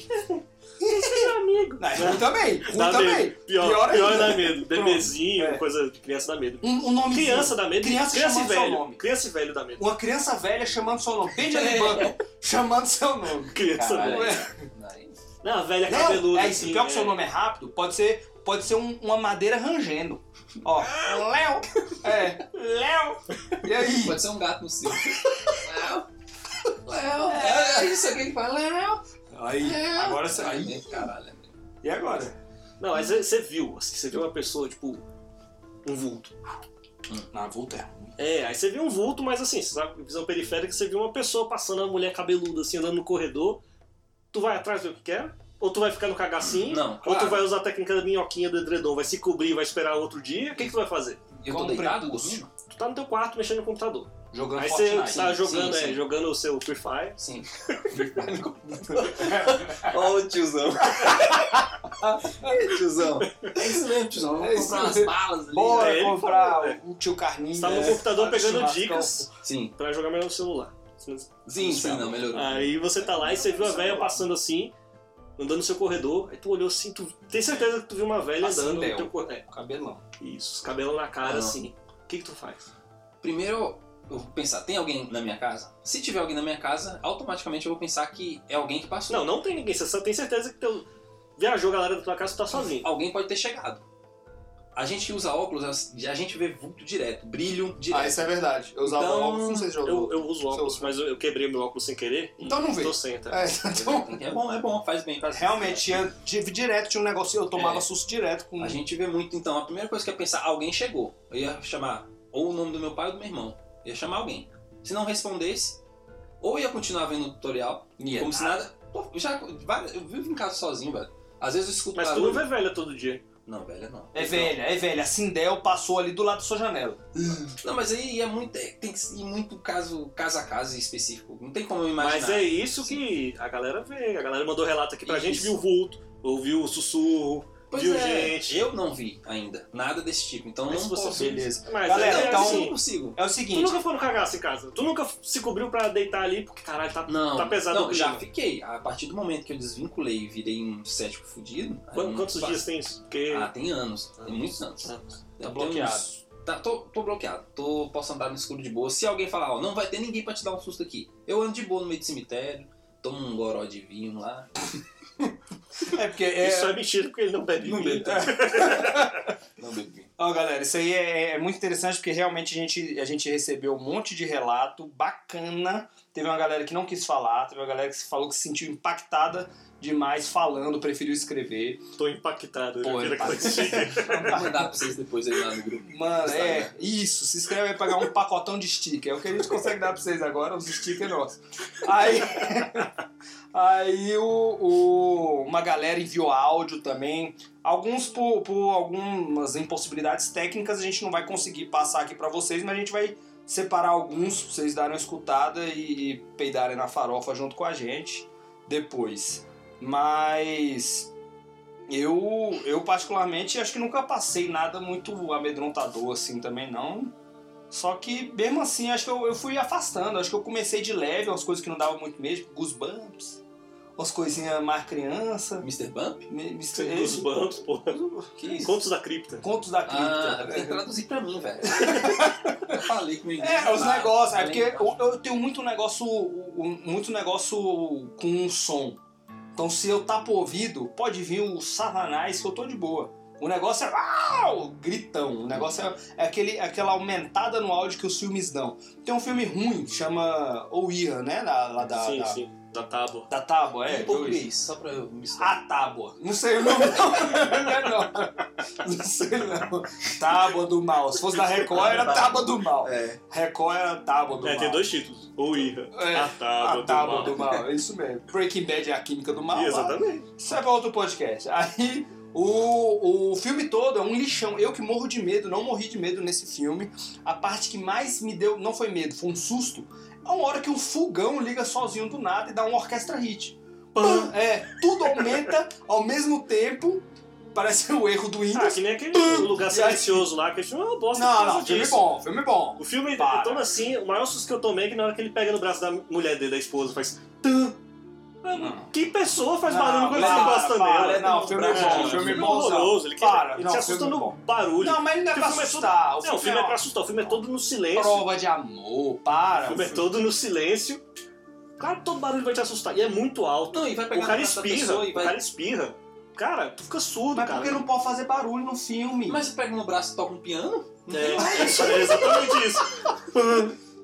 [SPEAKER 1] Meu amigo.
[SPEAKER 2] Não, eu também, eu
[SPEAKER 1] Dá
[SPEAKER 2] também.
[SPEAKER 1] medo. Pior,
[SPEAKER 2] Pior
[SPEAKER 1] pior,
[SPEAKER 2] ainda.
[SPEAKER 1] dá medo. Bebezinho,
[SPEAKER 2] É.
[SPEAKER 1] coisa de criança dá medo.
[SPEAKER 2] Um, um nome
[SPEAKER 1] Criança dá medo.
[SPEAKER 2] Criança
[SPEAKER 1] e
[SPEAKER 2] chamando seu
[SPEAKER 1] velho.
[SPEAKER 2] nome.
[SPEAKER 1] Criança e velho dá medo.
[SPEAKER 2] Uma criança velha chamando seu nome. Bem de banco, chamando seu nome.
[SPEAKER 1] Criança
[SPEAKER 3] Caralho.
[SPEAKER 1] velho.
[SPEAKER 2] É.
[SPEAKER 3] aí-
[SPEAKER 1] Não, a velha
[SPEAKER 2] Não,
[SPEAKER 1] cabeluda.
[SPEAKER 2] é isso.
[SPEAKER 1] assim,
[SPEAKER 2] Pior que
[SPEAKER 1] é.
[SPEAKER 2] seu nome é rápido, pode ser, pode ser um- uma madeira rangendo. Ó, Léo. É, Léo. E aí?
[SPEAKER 3] Pode ser um gato no circo. Léo. Léo. É isso aqui que fala. Léo.
[SPEAKER 2] Aí, agora você. Aí.
[SPEAKER 3] Aí, caralho. amigo.
[SPEAKER 2] E agora?
[SPEAKER 1] Não, mas você viu, assim, você viu uma pessoa, tipo, um vulto.
[SPEAKER 2] Na volta é.
[SPEAKER 1] É, aí você viu um vulto, mas assim, você sabe, visão periférica, você viu uma pessoa passando, uma mulher cabeluda, assim, andando no corredor. Tu vai atrás ver o que quer? Ou tu vai ficar no cagacinho?
[SPEAKER 3] Não,
[SPEAKER 1] Ou tu
[SPEAKER 3] claro.
[SPEAKER 1] vai usar a técnica da minhoquinha do edredom, vai se cobrir, vai esperar outro dia? O que, que tu vai fazer?
[SPEAKER 3] Eu tô
[SPEAKER 2] Como
[SPEAKER 3] deitado
[SPEAKER 2] prepúcio.
[SPEAKER 3] dormindo?
[SPEAKER 1] Tu tá no teu quarto mexendo no computador.
[SPEAKER 2] Jogando
[SPEAKER 1] aí você
[SPEAKER 2] Fortnite.
[SPEAKER 1] tá
[SPEAKER 3] Sim,
[SPEAKER 1] jogando,
[SPEAKER 3] né? sim,
[SPEAKER 1] é,
[SPEAKER 3] sim.
[SPEAKER 1] jogando o seu Free Fire.
[SPEAKER 3] Sim. Olha o tiozão. Ei, tiozão. É isso mesmo, tiozão.
[SPEAKER 2] É
[SPEAKER 3] Vamos
[SPEAKER 2] isso
[SPEAKER 3] comprar umas balas
[SPEAKER 2] mesmo.
[SPEAKER 3] ali. né?
[SPEAKER 2] Bora
[SPEAKER 1] É, ele
[SPEAKER 2] comprar
[SPEAKER 1] falou,
[SPEAKER 2] o tio Carninho.
[SPEAKER 1] Você tá no
[SPEAKER 2] né?
[SPEAKER 1] computador
[SPEAKER 2] Faz
[SPEAKER 1] pegando
[SPEAKER 2] churrascão.
[SPEAKER 1] dicas
[SPEAKER 3] Sim.
[SPEAKER 1] pra jogar melhor no celular.
[SPEAKER 3] Sim, Ah. sim, não, melhorou.
[SPEAKER 1] Aí você tá lá e você
[SPEAKER 3] Uhum.
[SPEAKER 1] viu a velha passando assim, andando no seu corredor. Aí tu olhou assim, tu tem certeza que tu viu uma velha
[SPEAKER 2] Assim,
[SPEAKER 1] andando
[SPEAKER 2] Del.
[SPEAKER 1] no teu corredor. É,
[SPEAKER 2] Cabelão.
[SPEAKER 1] isso, os cabelos na cara
[SPEAKER 3] Não.
[SPEAKER 1] assim. O que que tu faz?
[SPEAKER 3] Primeiro, eu vou pensar, tem alguém na minha casa? Se tiver alguém na minha casa, automaticamente eu vou pensar que é alguém que passou.
[SPEAKER 1] Não, não tem ninguém. Você só tem certeza que teu... viajou a galera da tua casa e tu tá sozinho.
[SPEAKER 3] Alguém pode ter chegado. A gente usa óculos, a gente vê vulto direto, brilho
[SPEAKER 2] Ah,
[SPEAKER 3] direto.
[SPEAKER 2] isso é verdade. Eu usava
[SPEAKER 3] Então,
[SPEAKER 2] óculos, não sei se jogou.
[SPEAKER 1] Eu, eu uso óculos,
[SPEAKER 2] Seu-
[SPEAKER 1] mas eu, eu quebrei meu óculos sem querer.
[SPEAKER 2] Então não
[SPEAKER 1] Tô
[SPEAKER 2] veio.
[SPEAKER 1] sem, tá?
[SPEAKER 2] É, então...
[SPEAKER 3] É bom, é bom, faz bem. Faz bem.
[SPEAKER 2] Realmente, tinha, tive direto, tinha um negócio, eu tomava
[SPEAKER 3] É.
[SPEAKER 2] susto direto com...
[SPEAKER 3] A gente vê muito, então, a primeira coisa que eu ia pensar, alguém chegou. Eu ia chamar ou o nome do meu pai ou do meu irmão. Eu ia chamar alguém. Se não respondesse, ou ia continuar vendo o tutorial,
[SPEAKER 2] Ia.
[SPEAKER 3] como se nada. Pô, já, vai- eu vivo em casa sozinho, velho. Às vezes eu escuto
[SPEAKER 2] tá
[SPEAKER 1] Mas tu
[SPEAKER 3] barulho.
[SPEAKER 1] não vê velha todo dia.
[SPEAKER 3] Não, velho, não.
[SPEAKER 2] É velha, é velha. A Sindel passou ali do lado da sua janela.
[SPEAKER 3] Não, mas aí é muito. é- tem que ir muito caso, caso a caso específico. Não tem como eu imaginar.
[SPEAKER 1] Mas é isso que a galera vê. A galera mandou relato aqui pra gente,
[SPEAKER 3] Isso.
[SPEAKER 1] viu o vulto, ouviu o sussurro.
[SPEAKER 3] Pois
[SPEAKER 1] viu,
[SPEAKER 3] é,
[SPEAKER 1] gente?
[SPEAKER 3] Eu não vi ainda. Nada desse tipo. Então
[SPEAKER 1] Mas
[SPEAKER 3] não
[SPEAKER 1] você
[SPEAKER 3] posso.
[SPEAKER 1] vê.
[SPEAKER 2] Beleza.
[SPEAKER 1] Mas
[SPEAKER 2] Galera,
[SPEAKER 1] é,
[SPEAKER 2] então-
[SPEAKER 1] assim,
[SPEAKER 3] eu não consigo.
[SPEAKER 2] É o
[SPEAKER 1] Tu
[SPEAKER 2] seguinte,
[SPEAKER 1] nunca foi no cagaço em casa? Tu nunca se cobriu pra deitar ali, porque caralho, tá.
[SPEAKER 3] Não,
[SPEAKER 1] Tá pesado o
[SPEAKER 3] não, já
[SPEAKER 1] clima.
[SPEAKER 3] fiquei. A partir do momento que eu desvinculei e virei um cético fudido. aí
[SPEAKER 1] Quan-
[SPEAKER 3] não
[SPEAKER 1] Quantos
[SPEAKER 3] faço.
[SPEAKER 1] dias tem isso? Porque.
[SPEAKER 3] Ah, tem anos. Tem muitos anos.
[SPEAKER 1] Ah,
[SPEAKER 3] Tem
[SPEAKER 2] bloqueado.
[SPEAKER 3] uns- Tá, tô, tô bloqueado. Tô, posso andar no escuro de boa. Se alguém falar, ó, não vai ter ninguém pra te dar um susto aqui. Eu ando de boa no meio do cemitério, tomo um goró de vinho lá.
[SPEAKER 2] é porque... É...
[SPEAKER 1] Isso é mentira porque ele não bebe. né?
[SPEAKER 3] Não
[SPEAKER 1] vinho.
[SPEAKER 3] bebo. Não bebo vinho.
[SPEAKER 2] Ó, galera, isso aí é, é muito interessante porque realmente a gente, a gente recebeu um monte de relato bacana. Teve uma galera que não quis falar, teve uma galera que falou que se sentiu impactada demais falando, preferiu escrever.
[SPEAKER 1] Tô impactado.
[SPEAKER 2] Pô,
[SPEAKER 1] né? Vira
[SPEAKER 2] impactado.
[SPEAKER 1] coisa.
[SPEAKER 3] Vou mandar pra vocês depois aí lá no grupo.
[SPEAKER 2] Mano,
[SPEAKER 3] Instagram.
[SPEAKER 2] é isso. Se inscreve aí pra ganhar um pacotão de sticker. É o que a gente consegue dar pra vocês agora, os stickers nossos. Aí, aí o, o- uma galera enviou áudio também. Alguns, por, por algumas impossibilidades técnicas, a gente não vai conseguir passar aqui pra vocês, mas a gente vai separar alguns pra vocês darem uma escutada e, e peidarem na farofa junto com a gente depois. Mas eu, eu particularmente acho que nunca passei nada muito amedrontador assim também não. Só que mesmo assim acho que eu, eu fui afastando, acho que eu comecei de leve, umas coisas que não dava muito mesmo, goosebumps, umas coisinhas mais criança,
[SPEAKER 3] Mr. Bump?
[SPEAKER 2] me- me-
[SPEAKER 1] Os bancos, pô.
[SPEAKER 3] Que isso?
[SPEAKER 1] Contos da cripta.
[SPEAKER 2] contos da cripta.
[SPEAKER 3] Ah, tem que traduzir pra mim, velho. Eu falei que o inglês. Ah,
[SPEAKER 2] É, os
[SPEAKER 3] lá,
[SPEAKER 2] negócios. É porque
[SPEAKER 3] também,
[SPEAKER 2] eu, eu tenho muito negócio, um- muito negócio com som. Então se eu tapo o ouvido, pode vir o satanás que eu tô de boa. O negócio é uau, gritão. O negócio é, é aquele, aquela aumentada no áudio que os filmes dão. Tem um filme ruim, chama Ouija, né? Da, lá da,
[SPEAKER 1] sim,
[SPEAKER 2] da,
[SPEAKER 1] sim. Da tábua.
[SPEAKER 2] da tábua, é?
[SPEAKER 3] Em português, só pra eu misturar.
[SPEAKER 2] A tábua. Não sei o nome, não. Não, é não. Não sei, não. Tábua do mal. Se fosse da Record, era tábua do mal.
[SPEAKER 3] É.
[SPEAKER 2] Record era tábua do
[SPEAKER 1] é,
[SPEAKER 2] mal.
[SPEAKER 1] tem dois títulos. Ou Ira.
[SPEAKER 2] É,
[SPEAKER 1] a tábua,
[SPEAKER 2] a tábua
[SPEAKER 1] do
[SPEAKER 2] do mal. É isso mesmo. Breaking Bad é a química do mal.
[SPEAKER 1] mal.
[SPEAKER 2] lá.
[SPEAKER 1] Exatamente.
[SPEAKER 2] Isso é pra outro podcast. Aí o, o filme todo é um lixão. Eu que morro de medo, não morri de medo nesse filme. A parte que mais me deu não foi medo, foi um susto. É uma hora que um fogão liga sozinho do nada e dá uma orquestra hit. Pam!
[SPEAKER 1] Ah.
[SPEAKER 2] É, tudo aumenta ao mesmo tempo. Parece o erro do
[SPEAKER 1] Ah,
[SPEAKER 2] Windows.
[SPEAKER 1] que nem aquele lugar silencioso lá, que a gente não bosta por
[SPEAKER 2] não,
[SPEAKER 1] causa
[SPEAKER 2] não, filme
[SPEAKER 1] disso.
[SPEAKER 2] bom, filme bom.
[SPEAKER 1] O filme
[SPEAKER 2] Para.
[SPEAKER 1] é tão assim, o maior susto que eu tomei é que na hora que ele pega no braço da mulher dele, da esposa, faz. Tum.
[SPEAKER 3] Não.
[SPEAKER 1] Que pessoa faz
[SPEAKER 2] Não,
[SPEAKER 1] barulho quando
[SPEAKER 2] para,
[SPEAKER 1] você gosta
[SPEAKER 2] para,
[SPEAKER 1] dela?
[SPEAKER 2] não, filme
[SPEAKER 1] é
[SPEAKER 3] bom,
[SPEAKER 1] um
[SPEAKER 3] filme
[SPEAKER 1] filme
[SPEAKER 2] bonzão.
[SPEAKER 1] horroroso. Ele,
[SPEAKER 2] Para,
[SPEAKER 1] ele
[SPEAKER 2] não,
[SPEAKER 1] se assusta
[SPEAKER 2] filme
[SPEAKER 1] no
[SPEAKER 2] bom.
[SPEAKER 1] barulho.
[SPEAKER 2] Não, mas ele não é
[SPEAKER 1] Porque
[SPEAKER 2] pra
[SPEAKER 1] o filme é todo-
[SPEAKER 2] assustar.
[SPEAKER 1] não, o filme é
[SPEAKER 2] uma
[SPEAKER 1] pra assustar, o filme é todo no silêncio.
[SPEAKER 2] prova de amor, para.
[SPEAKER 1] O filme é todo no silêncio. Claro que todo barulho vai te assustar. E é muito alto.
[SPEAKER 3] Não, e vai pegar
[SPEAKER 1] O cara
[SPEAKER 3] na pessoa
[SPEAKER 1] espirra,
[SPEAKER 3] e
[SPEAKER 1] o
[SPEAKER 3] vai-
[SPEAKER 1] cara espirra. Cara, tu fica surdo,
[SPEAKER 2] Mas
[SPEAKER 1] cara.
[SPEAKER 2] porque não pode fazer barulho no filme?
[SPEAKER 3] Mas você pega no braço e toca um piano?
[SPEAKER 1] É,
[SPEAKER 2] né?
[SPEAKER 1] é isso, é exatamente isso.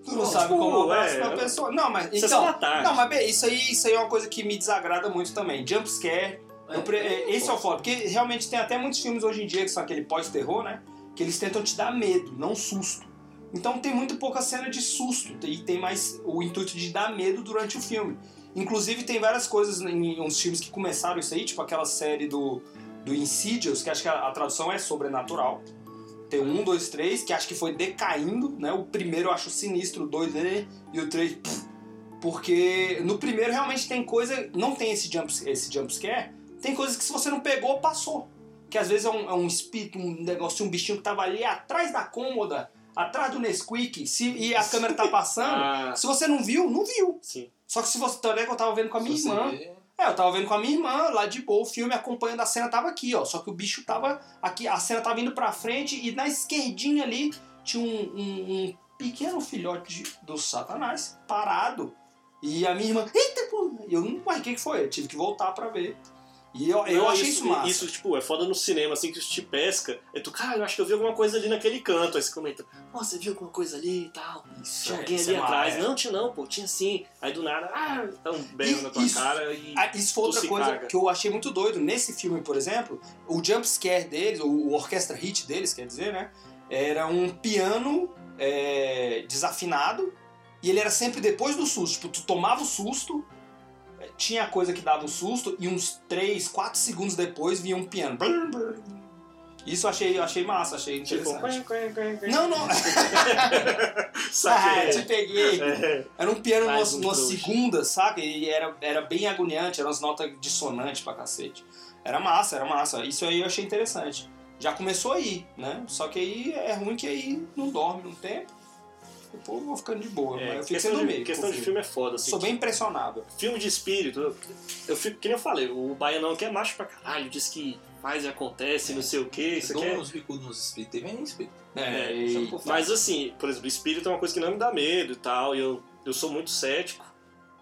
[SPEAKER 2] Tu não sabe como
[SPEAKER 1] Tipo,
[SPEAKER 2] abraça
[SPEAKER 1] é.
[SPEAKER 2] uma pessoa. Não, mas
[SPEAKER 1] Você só
[SPEAKER 2] então.
[SPEAKER 1] tarde.
[SPEAKER 2] Não, mas bem, isso aí, isso aí é uma coisa que me desagrada muito também. Jumpscare. Eu pre- é, Esse é o foda. Porque realmente tem até muitos filmes hoje em dia que são aquele pós-terror, né? Que eles tentam te dar medo, não susto. Então tem muito pouca cena de susto. E tem mais o intuito de dar medo durante o filme. Inclusive tem várias coisas em uns filmes que começaram isso aí, tipo aquela série do, do Insidious, que acho que a, a tradução é sobrenatural. Tem um, dois, três, que acho que foi decaindo, né? O primeiro eu acho sinistro, o dois né? e o três. pff. Porque no primeiro realmente tem coisa. Não tem esse jump, esse jumpscare. Tem coisas que se você não pegou, passou. Que às vezes é um, é um espírito, um negócio, um bichinho que tava ali atrás da cômoda, atrás do Nesquik, se, e a câmera tá passando.
[SPEAKER 1] Ah,
[SPEAKER 2] Se você não viu, não viu.
[SPEAKER 1] sim.
[SPEAKER 2] Só que se você também que eu tava vendo com a minha
[SPEAKER 3] Se você
[SPEAKER 2] irmã.
[SPEAKER 3] vê-
[SPEAKER 2] É, eu tava vendo com a minha irmã lá de boa, o filme acompanhando a cena tava aqui, ó. Só que o bicho tava aqui, a cena tava indo pra frente e na esquerdinha ali tinha um, um- um pequeno filhote de- do Satanás parado. E a minha irmã, eita, pô! E eu, uai, o que que foi? Eu tive que voltar pra ver. E eu, eu
[SPEAKER 1] Não,
[SPEAKER 2] achei isso, massa.
[SPEAKER 1] Isso, tipo, é foda no cinema, assim, que isso te pesca. É tu, cara, eu acho que eu vi alguma coisa ali naquele canto. Aí você comenta, nossa, você viu alguma coisa ali e tal.
[SPEAKER 2] Isso,
[SPEAKER 1] Tinha
[SPEAKER 2] é,
[SPEAKER 1] alguém
[SPEAKER 2] isso
[SPEAKER 1] ali
[SPEAKER 2] é
[SPEAKER 1] atrás. né?
[SPEAKER 2] massa.
[SPEAKER 1] Não, tinha não, pô, tinha sim. Aí do nada, ah, dá um belo
[SPEAKER 2] E
[SPEAKER 1] na tua
[SPEAKER 2] isso-
[SPEAKER 1] cara e.
[SPEAKER 2] Ah, isso foi
[SPEAKER 1] Tu
[SPEAKER 2] outra
[SPEAKER 1] se
[SPEAKER 2] coisa
[SPEAKER 1] caga.
[SPEAKER 2] que eu achei muito doido. Nesse filme, por exemplo, o jump scare deles, o, o orquestra hit deles, quer dizer, né? Era um piano é, desafinado e ele era sempre depois do susto. Tipo, tu tomava o susto, é, tinha a coisa que dava o susto e uns 3, 4 segundos depois vinha um piano. Brum, brum. Isso eu achei, eu achei massa, achei
[SPEAKER 1] Tipo,
[SPEAKER 2] interessante. não, não, ah,
[SPEAKER 1] sabe?
[SPEAKER 2] te peguei.
[SPEAKER 1] É.
[SPEAKER 2] Era um piano
[SPEAKER 1] Mais
[SPEAKER 2] umas,
[SPEAKER 1] um
[SPEAKER 2] umas
[SPEAKER 1] trouxa.
[SPEAKER 2] segundas, saca? E era, era bem agoniante, eram as notas dissonantes pra cacete. Era massa, era massa. Isso aí eu achei interessante. Já começou aí, né? Só que aí é ruim que aí não dorme um tempo. Depois eu vou ficando de boa, mas eu fico
[SPEAKER 1] É,
[SPEAKER 2] sem
[SPEAKER 1] questão,
[SPEAKER 2] dormir.
[SPEAKER 1] de, questão
[SPEAKER 2] por
[SPEAKER 1] de
[SPEAKER 2] fim.
[SPEAKER 1] filme é foda, assim.
[SPEAKER 2] Sou bem impressionável.
[SPEAKER 1] Filme de espírito, eu- eu fico, que nem eu falei, o baianão que é macho pra caralho, diz que faz e acontece, não sei o que, isso
[SPEAKER 3] dou
[SPEAKER 1] aqui é
[SPEAKER 3] uns bicudos nos espíritos. Teve nem espírito.
[SPEAKER 1] É,
[SPEAKER 2] e-
[SPEAKER 3] chama pro
[SPEAKER 1] Mas assim, por exemplo, espírito é uma coisa que não me dá medo e tal, e eu, eu sou muito cético.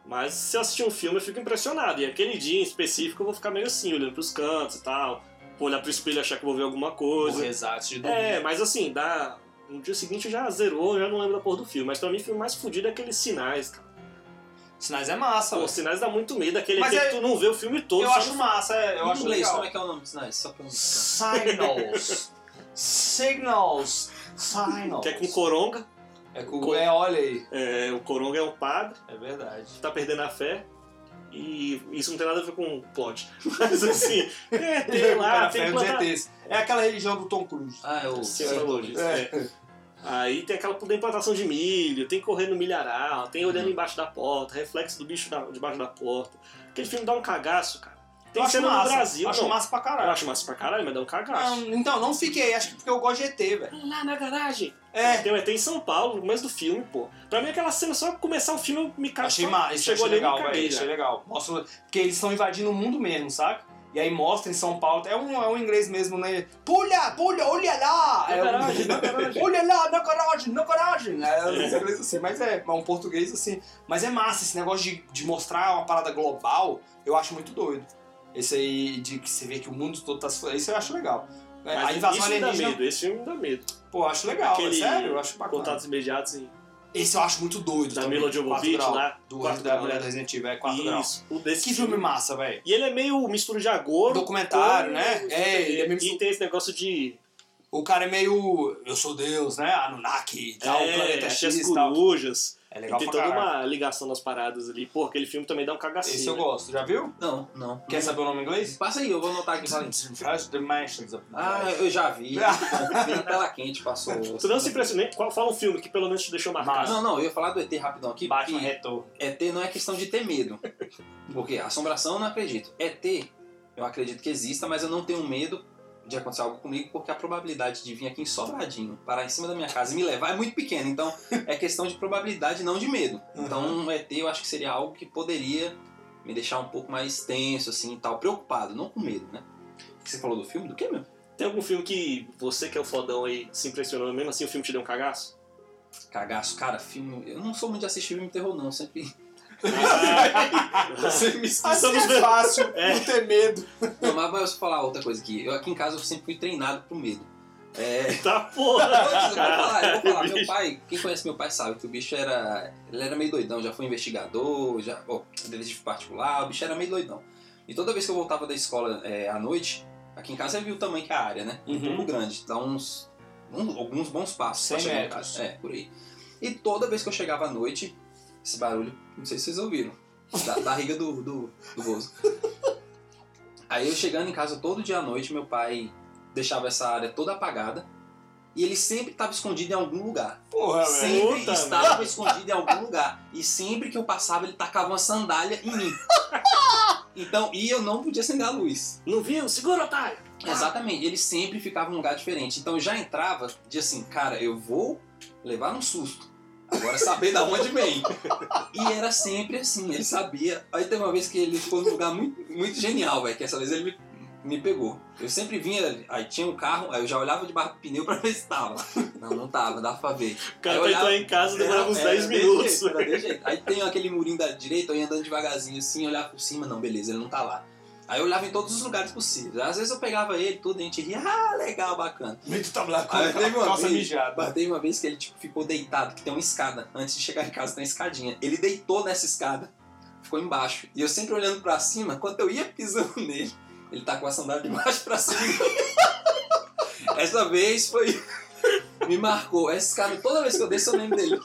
[SPEAKER 1] Mas se eu assistir um filme, eu fico impressionado. E aquele dia em específico, eu vou ficar meio assim, olhando pros cantos e tal. Vou olhar pro espelho e achar que eu vou ver alguma
[SPEAKER 2] vou
[SPEAKER 1] coisa.
[SPEAKER 2] rezar antes de dormir.
[SPEAKER 1] É, mas assim, dá... no dia seguinte já zerou, eu já não lembro da porra do filme. Mas pra mim, o filme mais fodido é aqueles sinais, cara.
[SPEAKER 2] Sinais é
[SPEAKER 1] Pô,
[SPEAKER 2] massa, ué.
[SPEAKER 1] os sinais dá muito medo. Aquele
[SPEAKER 2] Mas
[SPEAKER 1] aqui
[SPEAKER 2] é-
[SPEAKER 1] que tu não vê o filme todo.
[SPEAKER 2] Eu
[SPEAKER 1] só
[SPEAKER 2] acho
[SPEAKER 1] no-
[SPEAKER 2] massa, é, eu
[SPEAKER 3] em
[SPEAKER 2] acho
[SPEAKER 3] inglês,
[SPEAKER 2] legal.
[SPEAKER 3] como é que é o nome dos sinais? Só pra eu não
[SPEAKER 2] Signals. Signals. Signals.
[SPEAKER 1] Que é com coronga.
[SPEAKER 2] É com... É, olha aí.
[SPEAKER 1] É, o coronga é um padre.
[SPEAKER 2] É verdade.
[SPEAKER 1] tá perdendo a fé. E isso não tem nada a ver com plot. Mas assim, é, tem lá, tem que plantar.
[SPEAKER 2] É aquela religião do Tom Cruise.
[SPEAKER 3] Ah, é o...
[SPEAKER 1] Cientologista.
[SPEAKER 2] É.
[SPEAKER 1] é. Aí tem aquela tem plantação de milho, tem correndo no milharal, tem olhando
[SPEAKER 2] Uhum.
[SPEAKER 1] embaixo da porta, reflexo do bicho da- debaixo da porta. Aquele filme dá um cagaço, cara. Tem
[SPEAKER 2] acho
[SPEAKER 1] cena
[SPEAKER 2] massa,
[SPEAKER 1] no Brasil,
[SPEAKER 2] acho
[SPEAKER 1] não.
[SPEAKER 2] massa pra
[SPEAKER 1] Eu
[SPEAKER 2] caralho.
[SPEAKER 1] acho massa pra caralho, mas dá um cagaço.
[SPEAKER 2] Não, então, não fiquei, acho que porque eu gosto de ET, velho.
[SPEAKER 1] Lá na garagem.
[SPEAKER 2] É,
[SPEAKER 1] Tem, tem em São Paulo, no começo do filme, pô. Pra mim, aquela cena, só começar o filme, eu me cago.
[SPEAKER 2] achei
[SPEAKER 1] só
[SPEAKER 2] massa, isso é
[SPEAKER 1] Chegou
[SPEAKER 2] achei
[SPEAKER 1] ali, eu me caguei
[SPEAKER 2] legal,
[SPEAKER 1] né?
[SPEAKER 2] velho.
[SPEAKER 1] já.
[SPEAKER 2] Achei legal. Mostra, porque eles estão invadindo o mundo mesmo, saca? E aí mostra em São Paulo, é um, é um inglês mesmo, né? Pulha, pulha, olha lá!
[SPEAKER 1] Na
[SPEAKER 2] É um-
[SPEAKER 1] garagem, na garagem.
[SPEAKER 2] Olha lá, na coragem, na coragem! É, um inglês assim, mas é, mas um português assim. Mas é massa, esse negócio de, de mostrar uma parada global, eu acho muito doido. Esse aí de que você vê que o mundo todo tá se fudendo, isso eu acho legal. a invasão
[SPEAKER 1] isso me dá
[SPEAKER 2] alienígena.
[SPEAKER 1] medo, esse filme me dá medo.
[SPEAKER 2] Pô, eu acho legal, é sério, eu acho bacana.
[SPEAKER 1] Contatos imediatos em
[SPEAKER 2] Esse eu acho muito doido.
[SPEAKER 1] da
[SPEAKER 2] também,
[SPEAKER 1] Mila Jovovich
[SPEAKER 2] Quatro Grau,
[SPEAKER 1] lá.
[SPEAKER 2] Do
[SPEAKER 1] Quatro
[SPEAKER 2] da
[SPEAKER 1] Grau,
[SPEAKER 2] mulher
[SPEAKER 1] né?
[SPEAKER 2] do Resident Evil, é 4 graus.
[SPEAKER 1] Isso, o desse
[SPEAKER 2] Que filme massa, velho.
[SPEAKER 1] E ele é meio mistura de agora.
[SPEAKER 2] Documentário, né? É, ele é meio
[SPEAKER 1] E tem esse negócio de.
[SPEAKER 2] O cara é meio. Eu sou Deus, né? Anunnaki e tal,
[SPEAKER 1] é,
[SPEAKER 2] planeta
[SPEAKER 1] tinha
[SPEAKER 2] X
[SPEAKER 1] as
[SPEAKER 2] e tal.
[SPEAKER 1] corujas.
[SPEAKER 2] É
[SPEAKER 1] E
[SPEAKER 2] legal
[SPEAKER 1] tem
[SPEAKER 2] pra
[SPEAKER 1] toda
[SPEAKER 2] caralho.
[SPEAKER 1] uma ligação nas paradas ali. Pô, aquele filme também dá um cagacinho.
[SPEAKER 2] Esse eu
[SPEAKER 1] né? Uhum.
[SPEAKER 2] gosto, já viu?
[SPEAKER 3] Não, não.
[SPEAKER 2] Quer saber o nome em inglês?
[SPEAKER 3] Passa aí, eu vou anotar aqui valendo.
[SPEAKER 2] Five Dimensions of
[SPEAKER 3] Ah,
[SPEAKER 2] Life.
[SPEAKER 3] eu já vi. Bem tela quente passou.
[SPEAKER 1] Tu não se impressiona. nem- qual- Fala um filme que pelo menos te deixou marcado.
[SPEAKER 3] Não, não, eu ia falar do ET rapidão aqui.
[SPEAKER 2] Bate um
[SPEAKER 3] porque
[SPEAKER 2] retorno.
[SPEAKER 3] ET não é questão de ter medo. Porque assombração eu não acredito. ET, eu acredito que exista, mas eu não tenho medo de acontecer algo comigo, porque a probabilidade de vir aqui em Sobradinho, parar em cima da minha casa e me levar é muito pequena. Então, é questão de probabilidade, não de medo. Então, um ET eu acho que seria algo que poderia me deixar um pouco mais tenso, assim, e tal. Preocupado, não com medo, né? O que Você falou do filme? Do que, meu?
[SPEAKER 1] Tem algum filme que você que é o fodão aí se impressionou mesmo assim o filme te deu um cagaço?
[SPEAKER 3] Cagaço. Cara, filme... Eu não sou muito de assistir filme de terror, não. Sempre
[SPEAKER 1] Você me
[SPEAKER 2] Assim
[SPEAKER 1] Ah, estamos
[SPEAKER 2] é fácil,
[SPEAKER 1] É.
[SPEAKER 2] não ter medo.
[SPEAKER 3] Não, mas mas eu vou falar outra coisa aqui. Eu aqui em casa eu sempre fui treinado pro medo. É.
[SPEAKER 1] Tá
[SPEAKER 3] Não,
[SPEAKER 1] porra!
[SPEAKER 3] eu vou
[SPEAKER 2] né?
[SPEAKER 3] falar, eu vou falar. Meu
[SPEAKER 1] Bicho.
[SPEAKER 3] pai, quem conhece meu pai sabe que o bicho era. Ele era meio doidão, já foi investigador, já. ó, detetive particular, o bicho era meio doidão. E toda vez que eu voltava da escola é, à noite, aqui em casa eu vi o tamanho que é a área, né? Um
[SPEAKER 2] Uhum.
[SPEAKER 3] pouco grande, dá uns. um- alguns bons passos. pra
[SPEAKER 2] 100
[SPEAKER 3] chegar em
[SPEAKER 2] metros.
[SPEAKER 3] casa. É, por aí. E toda vez que eu chegava à noite, esse barulho, não sei se vocês ouviram, da da barriga do, do, do Bozo. Aí eu chegando em casa todo dia à noite, meu pai deixava essa área toda apagada. E ele sempre estava escondido em algum lugar.
[SPEAKER 2] Porra, velho.
[SPEAKER 3] sempre
[SPEAKER 1] Puta,
[SPEAKER 3] estava escondido em algum lugar. E sempre que eu passava, ele tacava uma sandália em mim. Então, e eu não podia acender a luz.
[SPEAKER 1] Não viu? Segura, otário!
[SPEAKER 3] Exatamente, ele sempre ficava em um lugar diferente. Então eu já entrava de assim, cara, eu vou levar um susto. Agora saber da onde vem. E era sempre assim, ele sabia. Aí teve uma vez que ele ficou num lugar muito, muito genial, velho, que essa vez ele me, me pegou. Eu sempre vinha, aí tinha um carro, aí eu já olhava debaixo do pneu pra ver se tava. Não, não tava, dava pra ver.
[SPEAKER 1] O cara
[SPEAKER 3] Aí
[SPEAKER 1] pra entrar
[SPEAKER 3] olhava-
[SPEAKER 1] em casa
[SPEAKER 2] É,
[SPEAKER 1] demorava uns
[SPEAKER 3] Era- era
[SPEAKER 1] 10
[SPEAKER 3] É, desse
[SPEAKER 1] minutos.
[SPEAKER 3] jeito, era desse jeito. Aí tem aquele murinho da direita, eu ia andando devagarzinho assim, olhar por cima, não, beleza, ele não tá lá. Aí eu olhava em todos os lugares possíveis. Às vezes eu pegava ele, tudo, a gente ria, ah, legal, bacana.
[SPEAKER 2] Muito tabular com
[SPEAKER 1] Ah,
[SPEAKER 3] Aí teve uma
[SPEAKER 2] calça
[SPEAKER 3] vez-
[SPEAKER 2] mijada.
[SPEAKER 3] Mas teve uma vez que ele tipo, ficou deitado, que tem uma escada. Antes de chegar em casa tem uma escadinha. Ele deitou nessa escada, ficou embaixo. E eu sempre olhando pra cima, quando eu ia pisando nele, ele tá com a sandália de baixo pra cima. Essa vez foi. Me marcou. Esse cara, toda vez que eu desço, eu lembro dele.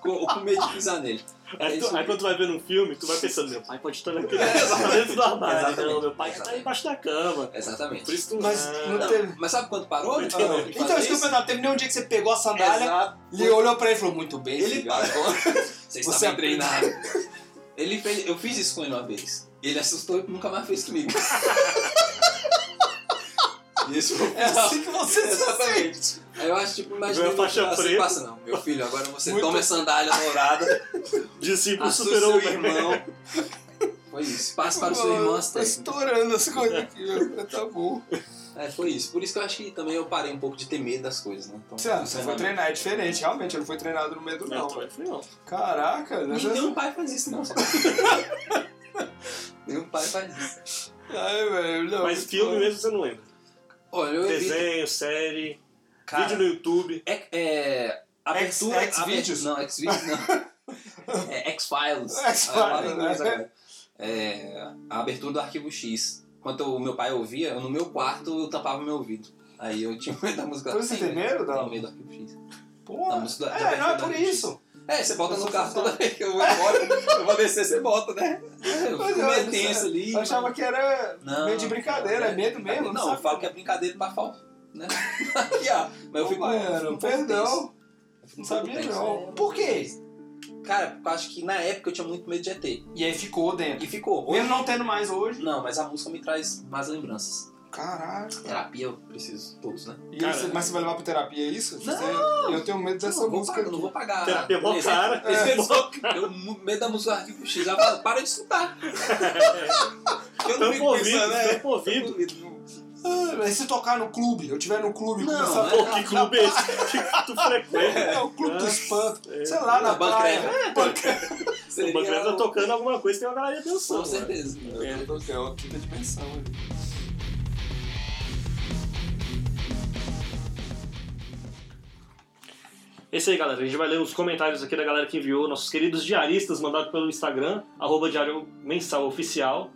[SPEAKER 3] Com, com medo de pisar nele. Era
[SPEAKER 1] Aí,
[SPEAKER 3] isso
[SPEAKER 1] tu- aí
[SPEAKER 3] mesmo.
[SPEAKER 1] quando tu vai ver um filme, tu vai pensando, meu pai pode estar naquele tá
[SPEAKER 3] Exatamente.
[SPEAKER 1] dentro do armário.
[SPEAKER 3] Exatamente.
[SPEAKER 1] Não, meu pai tá
[SPEAKER 3] Exatamente.
[SPEAKER 1] embaixo da cama.
[SPEAKER 3] Exatamente.
[SPEAKER 1] Por isso tu.
[SPEAKER 2] Mas
[SPEAKER 1] Ah,
[SPEAKER 2] não
[SPEAKER 3] Não, é
[SPEAKER 2] teve.
[SPEAKER 3] mas sabe quando parou? de fazer- de fazer
[SPEAKER 2] Então, isso que eu
[SPEAKER 3] isso?
[SPEAKER 2] perguntava, teve nenhum dia que você pegou a sandália
[SPEAKER 3] Exato.
[SPEAKER 2] e olhou pra ele e falou, muito bem,
[SPEAKER 3] Ele
[SPEAKER 2] filho, cara.
[SPEAKER 3] pagou. Você está
[SPEAKER 2] Você
[SPEAKER 3] bem treinado. Ele fez, eu fiz isso com ele uma vez. Ele assustou e nunca mais fez comigo. Isso foi
[SPEAKER 2] É assim que você se sente.
[SPEAKER 3] Exatamente. Aí eu acho, tipo, imagina
[SPEAKER 1] Ganhou a faixa preta.
[SPEAKER 3] passa, não. Meu filho, agora você
[SPEAKER 2] Muito-
[SPEAKER 3] toma a sandália dourada,
[SPEAKER 1] Discípulo
[SPEAKER 3] assusta
[SPEAKER 1] superou
[SPEAKER 3] seu
[SPEAKER 1] o irmão.
[SPEAKER 3] irmão. Foi isso. Passa para o seu irmão as
[SPEAKER 2] Tá
[SPEAKER 3] técnicas.
[SPEAKER 2] estourando as coisas aqui, meu. tá bom.
[SPEAKER 3] É, foi isso. Por isso que eu acho que também eu parei um pouco de ter medo das coisas, né? Então,
[SPEAKER 2] Você, ah, você foi treinar, é diferente, realmente, eu não fui treinado no medo
[SPEAKER 1] Não,
[SPEAKER 2] não.
[SPEAKER 1] também fui não.
[SPEAKER 2] Caraca, né?
[SPEAKER 3] Nenhum pai faz isso, não. só- Nenhum pai faz isso.
[SPEAKER 2] Ai, velho, não.
[SPEAKER 1] Mas filme mesmo você não lembra.
[SPEAKER 3] Olha, eu evito.
[SPEAKER 1] Desenho, série,
[SPEAKER 3] Cara,
[SPEAKER 1] vídeo no YouTube.
[SPEAKER 3] É, é, abertura.
[SPEAKER 2] X- Xvideos?
[SPEAKER 3] aber- Não, Xvideos não. É X-Files.
[SPEAKER 2] X-Files,
[SPEAKER 3] Ah, fala em inglês
[SPEAKER 2] né?
[SPEAKER 3] agora. É, a abertura do arquivo X. Enquanto o meu pai ouvia, eu, no meu quarto eu tapava meu ouvido. Aí eu tinha medo da música.
[SPEAKER 2] Por isso
[SPEAKER 3] Sim,
[SPEAKER 2] Então tem medo,
[SPEAKER 3] eu
[SPEAKER 2] não?
[SPEAKER 3] tenho medo do arquivo X.
[SPEAKER 2] Pô,
[SPEAKER 3] Não, mas da- da
[SPEAKER 2] é, não é
[SPEAKER 3] abertura
[SPEAKER 2] por
[SPEAKER 3] da justiça.
[SPEAKER 2] isso.
[SPEAKER 3] É, você bota
[SPEAKER 2] Eu
[SPEAKER 3] no
[SPEAKER 2] sou
[SPEAKER 3] carro
[SPEAKER 2] safado.
[SPEAKER 3] toda vez que eu vou embora, eu vou descer, você bota, né? É, eu
[SPEAKER 2] Mas
[SPEAKER 3] fico
[SPEAKER 2] eu-
[SPEAKER 3] meio tenso ali.
[SPEAKER 2] Eu achava que era
[SPEAKER 3] Não.
[SPEAKER 2] meio de brincadeira, é medo mesmo.
[SPEAKER 3] Não, eu
[SPEAKER 2] sabe?
[SPEAKER 3] falo que é brincadeira pra falta, né? Aqui, ó. Mas eu
[SPEAKER 2] Ô,
[SPEAKER 3] fico.
[SPEAKER 2] Baiano,
[SPEAKER 3] um pouco tenso.
[SPEAKER 2] perdão.
[SPEAKER 3] Eu
[SPEAKER 2] Não
[SPEAKER 3] fico um pouco
[SPEAKER 2] sabia
[SPEAKER 3] tenso,
[SPEAKER 2] não.
[SPEAKER 3] né?
[SPEAKER 2] Por quê?
[SPEAKER 3] Cara, porque eu acho que na época eu tinha muito medo de ET.
[SPEAKER 2] E aí ficou dentro.
[SPEAKER 3] E ficou.
[SPEAKER 2] Mesmo não tendo mais hoje.
[SPEAKER 3] Não, mas a música me traz mais lembranças.
[SPEAKER 2] Caraca.
[SPEAKER 3] Terapia eu preciso todos, né?
[SPEAKER 2] E
[SPEAKER 1] Cara.
[SPEAKER 2] você- mas você vai levar pra terapia é isso? Você- Eu tenho medo
[SPEAKER 1] é
[SPEAKER 2] dessa
[SPEAKER 3] não, vou
[SPEAKER 2] música.
[SPEAKER 3] pagar, não vou pagar.
[SPEAKER 1] Terapia é mó
[SPEAKER 3] Esse-
[SPEAKER 1] cara.
[SPEAKER 3] esse- Eu mu- medo da música do Arquivo X. Já falo, para de escutar. Eu
[SPEAKER 1] Tampa
[SPEAKER 3] fico
[SPEAKER 1] ouvido,
[SPEAKER 3] pensando, né?
[SPEAKER 1] tampa ouvido.
[SPEAKER 2] Ah, mas se tocar no clube, eu tiver no clube
[SPEAKER 3] Não,
[SPEAKER 2] começar
[SPEAKER 1] Pô, que clube é esse que tu frequenta?
[SPEAKER 2] É o clube do
[SPEAKER 1] Ah,
[SPEAKER 2] espanto.
[SPEAKER 1] é.
[SPEAKER 2] Sei lá,
[SPEAKER 3] Na
[SPEAKER 2] na
[SPEAKER 3] né?
[SPEAKER 2] praia.
[SPEAKER 3] Bancreve.
[SPEAKER 1] O
[SPEAKER 3] Seria
[SPEAKER 1] Bancreve tá
[SPEAKER 3] um-
[SPEAKER 1] tocando alguma coisa, tem uma galera de
[SPEAKER 3] Com
[SPEAKER 1] dançando. né?
[SPEAKER 3] certeza.
[SPEAKER 2] É outra dimensão ali.
[SPEAKER 1] É isso aí, galera. A gente vai ler os comentários aqui da galera que enviou, nossos queridos diaristas, mandado pelo Instagram, arroba diário mensal oficial.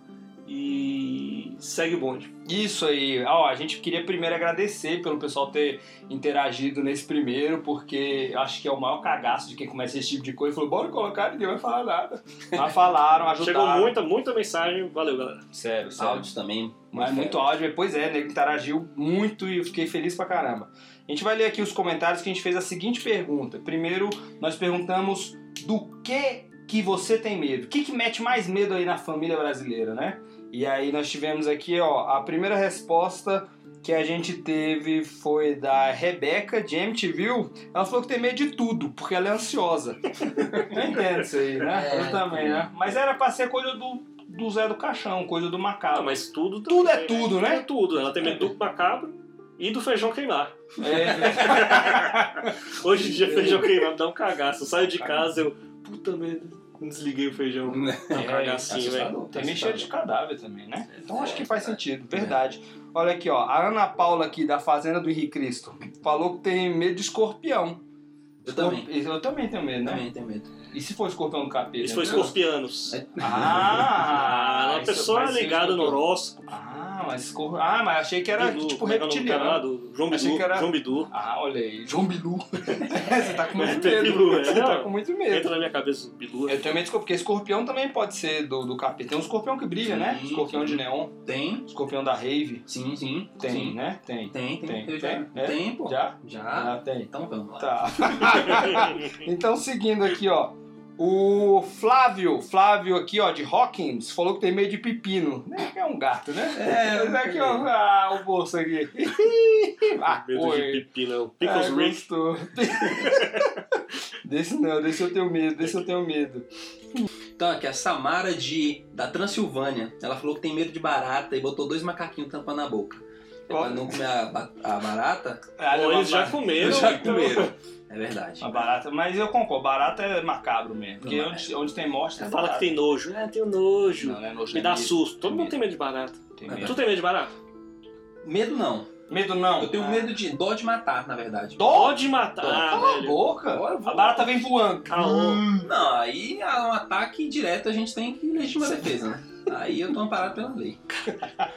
[SPEAKER 1] E segue o bonde.
[SPEAKER 2] Isso aí. Ó, a gente queria primeiro agradecer pelo pessoal ter interagido nesse primeiro, porque eu acho que é o maior cagaço de quem começa esse tipo de coisa. Falou, bora colocar, ninguém vai falar nada. Mas falaram, ajudaram.
[SPEAKER 1] Chegou muita, muita mensagem. Valeu, galera.
[SPEAKER 2] Sério,
[SPEAKER 1] É.
[SPEAKER 2] sério.
[SPEAKER 3] Áudios também.
[SPEAKER 2] Mas muito
[SPEAKER 3] fera.
[SPEAKER 2] áudio, pois é, nego interagiu muito e eu fiquei feliz pra caramba. A gente vai ler aqui os comentários que a gente fez a seguinte pergunta. Primeiro, nós perguntamos do que que você tem medo? O que, que mete mais medo aí na família brasileira, né? E aí nós tivemos aqui, ó, a primeira resposta que a gente teve foi da Rebeca de MTV. Ela falou que tem medo de tudo, porque ela é ansiosa. Eu entendo isso aí, né?
[SPEAKER 3] É,
[SPEAKER 2] Eu também, né? Mas era pra ser coisa do, do Zé do Caixão, coisa do
[SPEAKER 1] Ah,
[SPEAKER 2] macaco.
[SPEAKER 1] mas tudo
[SPEAKER 2] Tudo é
[SPEAKER 1] também,
[SPEAKER 2] tudo, né?
[SPEAKER 1] É tudo. Ela tem medo do macabro e do feijão queimar.
[SPEAKER 2] É.
[SPEAKER 1] Hoje em dia, feijão queimado dá um cagaço. Eu saio de casa, eu. Puta merda, desliguei o feijão. Dá um
[SPEAKER 2] É,
[SPEAKER 1] cagacinho, velho.
[SPEAKER 3] assustador, tá
[SPEAKER 2] Também cheiro de
[SPEAKER 3] assustador.
[SPEAKER 2] cadáver também, né? Então acho que faz
[SPEAKER 3] verdade.
[SPEAKER 2] sentido, verdade. Olha aqui, ó. A Ana Paula aqui, da Fazenda do Henri Cristo, falou que tem medo de escorpião.
[SPEAKER 3] Eu também.
[SPEAKER 2] Escorp- Eu também tenho medo, né?
[SPEAKER 3] Também tenho medo.
[SPEAKER 2] E se for escorpião do capeta?
[SPEAKER 1] Isso foi
[SPEAKER 2] Entendeu?
[SPEAKER 1] escorpianos.
[SPEAKER 2] É
[SPEAKER 1] né?
[SPEAKER 2] Ah!
[SPEAKER 1] Ah, uma
[SPEAKER 2] isso-
[SPEAKER 1] pessoa
[SPEAKER 2] mas sem
[SPEAKER 1] ligada no
[SPEAKER 2] escorpião.
[SPEAKER 1] horóscopo.
[SPEAKER 2] Ah, mas escorpião. Ah, mas achei que era
[SPEAKER 1] Bidu,
[SPEAKER 2] tipo
[SPEAKER 1] como é que é o nome do cara lá?
[SPEAKER 2] reptiliano.
[SPEAKER 1] Do João
[SPEAKER 2] Achei
[SPEAKER 1] Bidu.
[SPEAKER 2] que era-
[SPEAKER 1] João Bidu.
[SPEAKER 2] Ah, olha aí. João Bilu. Você tá com muito
[SPEAKER 1] É,
[SPEAKER 2] medo.
[SPEAKER 1] Bilu, é.
[SPEAKER 2] Você tá
[SPEAKER 1] Não.
[SPEAKER 2] com muito medo.
[SPEAKER 1] Entra na minha cabeça o Bilu.
[SPEAKER 2] Eu também desculpa, porque escorpião também pode ser do, do capeta. Tem um escorpião que brilha, né?
[SPEAKER 3] Sim,
[SPEAKER 2] Escorpião
[SPEAKER 3] sim.
[SPEAKER 2] de neon,
[SPEAKER 3] Tem,
[SPEAKER 2] escorpião da rave.
[SPEAKER 3] sim, sim.
[SPEAKER 2] Tem,
[SPEAKER 3] sim.
[SPEAKER 2] né? Tem.
[SPEAKER 3] Tem, tem.
[SPEAKER 2] Tem,
[SPEAKER 3] eu já-
[SPEAKER 2] tem, é?
[SPEAKER 3] tem, pô.
[SPEAKER 2] Já? Ah,
[SPEAKER 3] Já?
[SPEAKER 2] tem.
[SPEAKER 3] Então vamos lá.
[SPEAKER 2] Tá. então, seguindo aqui, ó. O Flávio, Flávio aqui, ó, de Hawkins, falou que tem medo de pepino. Né? É um gato, né?
[SPEAKER 3] É,
[SPEAKER 2] Mas aqui, ó, ah, o bolso aqui. ah,
[SPEAKER 1] Medo
[SPEAKER 2] oi.
[SPEAKER 1] de pepino. Pickles
[SPEAKER 2] Ah,
[SPEAKER 1] Rick.
[SPEAKER 2] gostou. desse não, desse eu tenho medo, desse eu tenho medo.
[SPEAKER 3] Então, aqui a Samara de, da Transilvânia. Ela falou que tem medo de barata e botou dois macaquinhos tampando a boca. É
[SPEAKER 2] Ó.
[SPEAKER 3] Pra não comer a, ba- a barata,
[SPEAKER 1] Ou eles já comeram.
[SPEAKER 3] eles já
[SPEAKER 1] então.
[SPEAKER 3] comeram. É verdade.
[SPEAKER 2] Uma barata, Ah, mas eu concordo, barata é macabro mesmo. Porque
[SPEAKER 3] Não, é.
[SPEAKER 2] onde, onde tem morte, tem
[SPEAKER 1] Fala que
[SPEAKER 2] barata.
[SPEAKER 1] tem nojo. É, tenho nojo.
[SPEAKER 2] Não, É. não é nojo,
[SPEAKER 1] Me
[SPEAKER 2] é
[SPEAKER 1] dá
[SPEAKER 2] medo.
[SPEAKER 1] susto. Todo mundo
[SPEAKER 2] medo.
[SPEAKER 1] tem medo de barata.
[SPEAKER 2] Tem
[SPEAKER 3] Não,
[SPEAKER 2] medo.
[SPEAKER 1] Tu tem medo de barata?
[SPEAKER 3] Medo não.
[SPEAKER 2] Medo não.
[SPEAKER 3] É,
[SPEAKER 2] Ah. tá.
[SPEAKER 3] Eu tenho medo de dó de matar, na verdade.
[SPEAKER 2] Dó? Tá,
[SPEAKER 1] Pode matar,
[SPEAKER 2] Cala a
[SPEAKER 1] velho.
[SPEAKER 2] boca.
[SPEAKER 3] Agora eu vou-
[SPEAKER 2] A barata vem voando.
[SPEAKER 1] Caô.
[SPEAKER 3] Não, aí há um ataque direto a gente tem que legitimar a defesa, né? Aí eu tô amparado pela lei.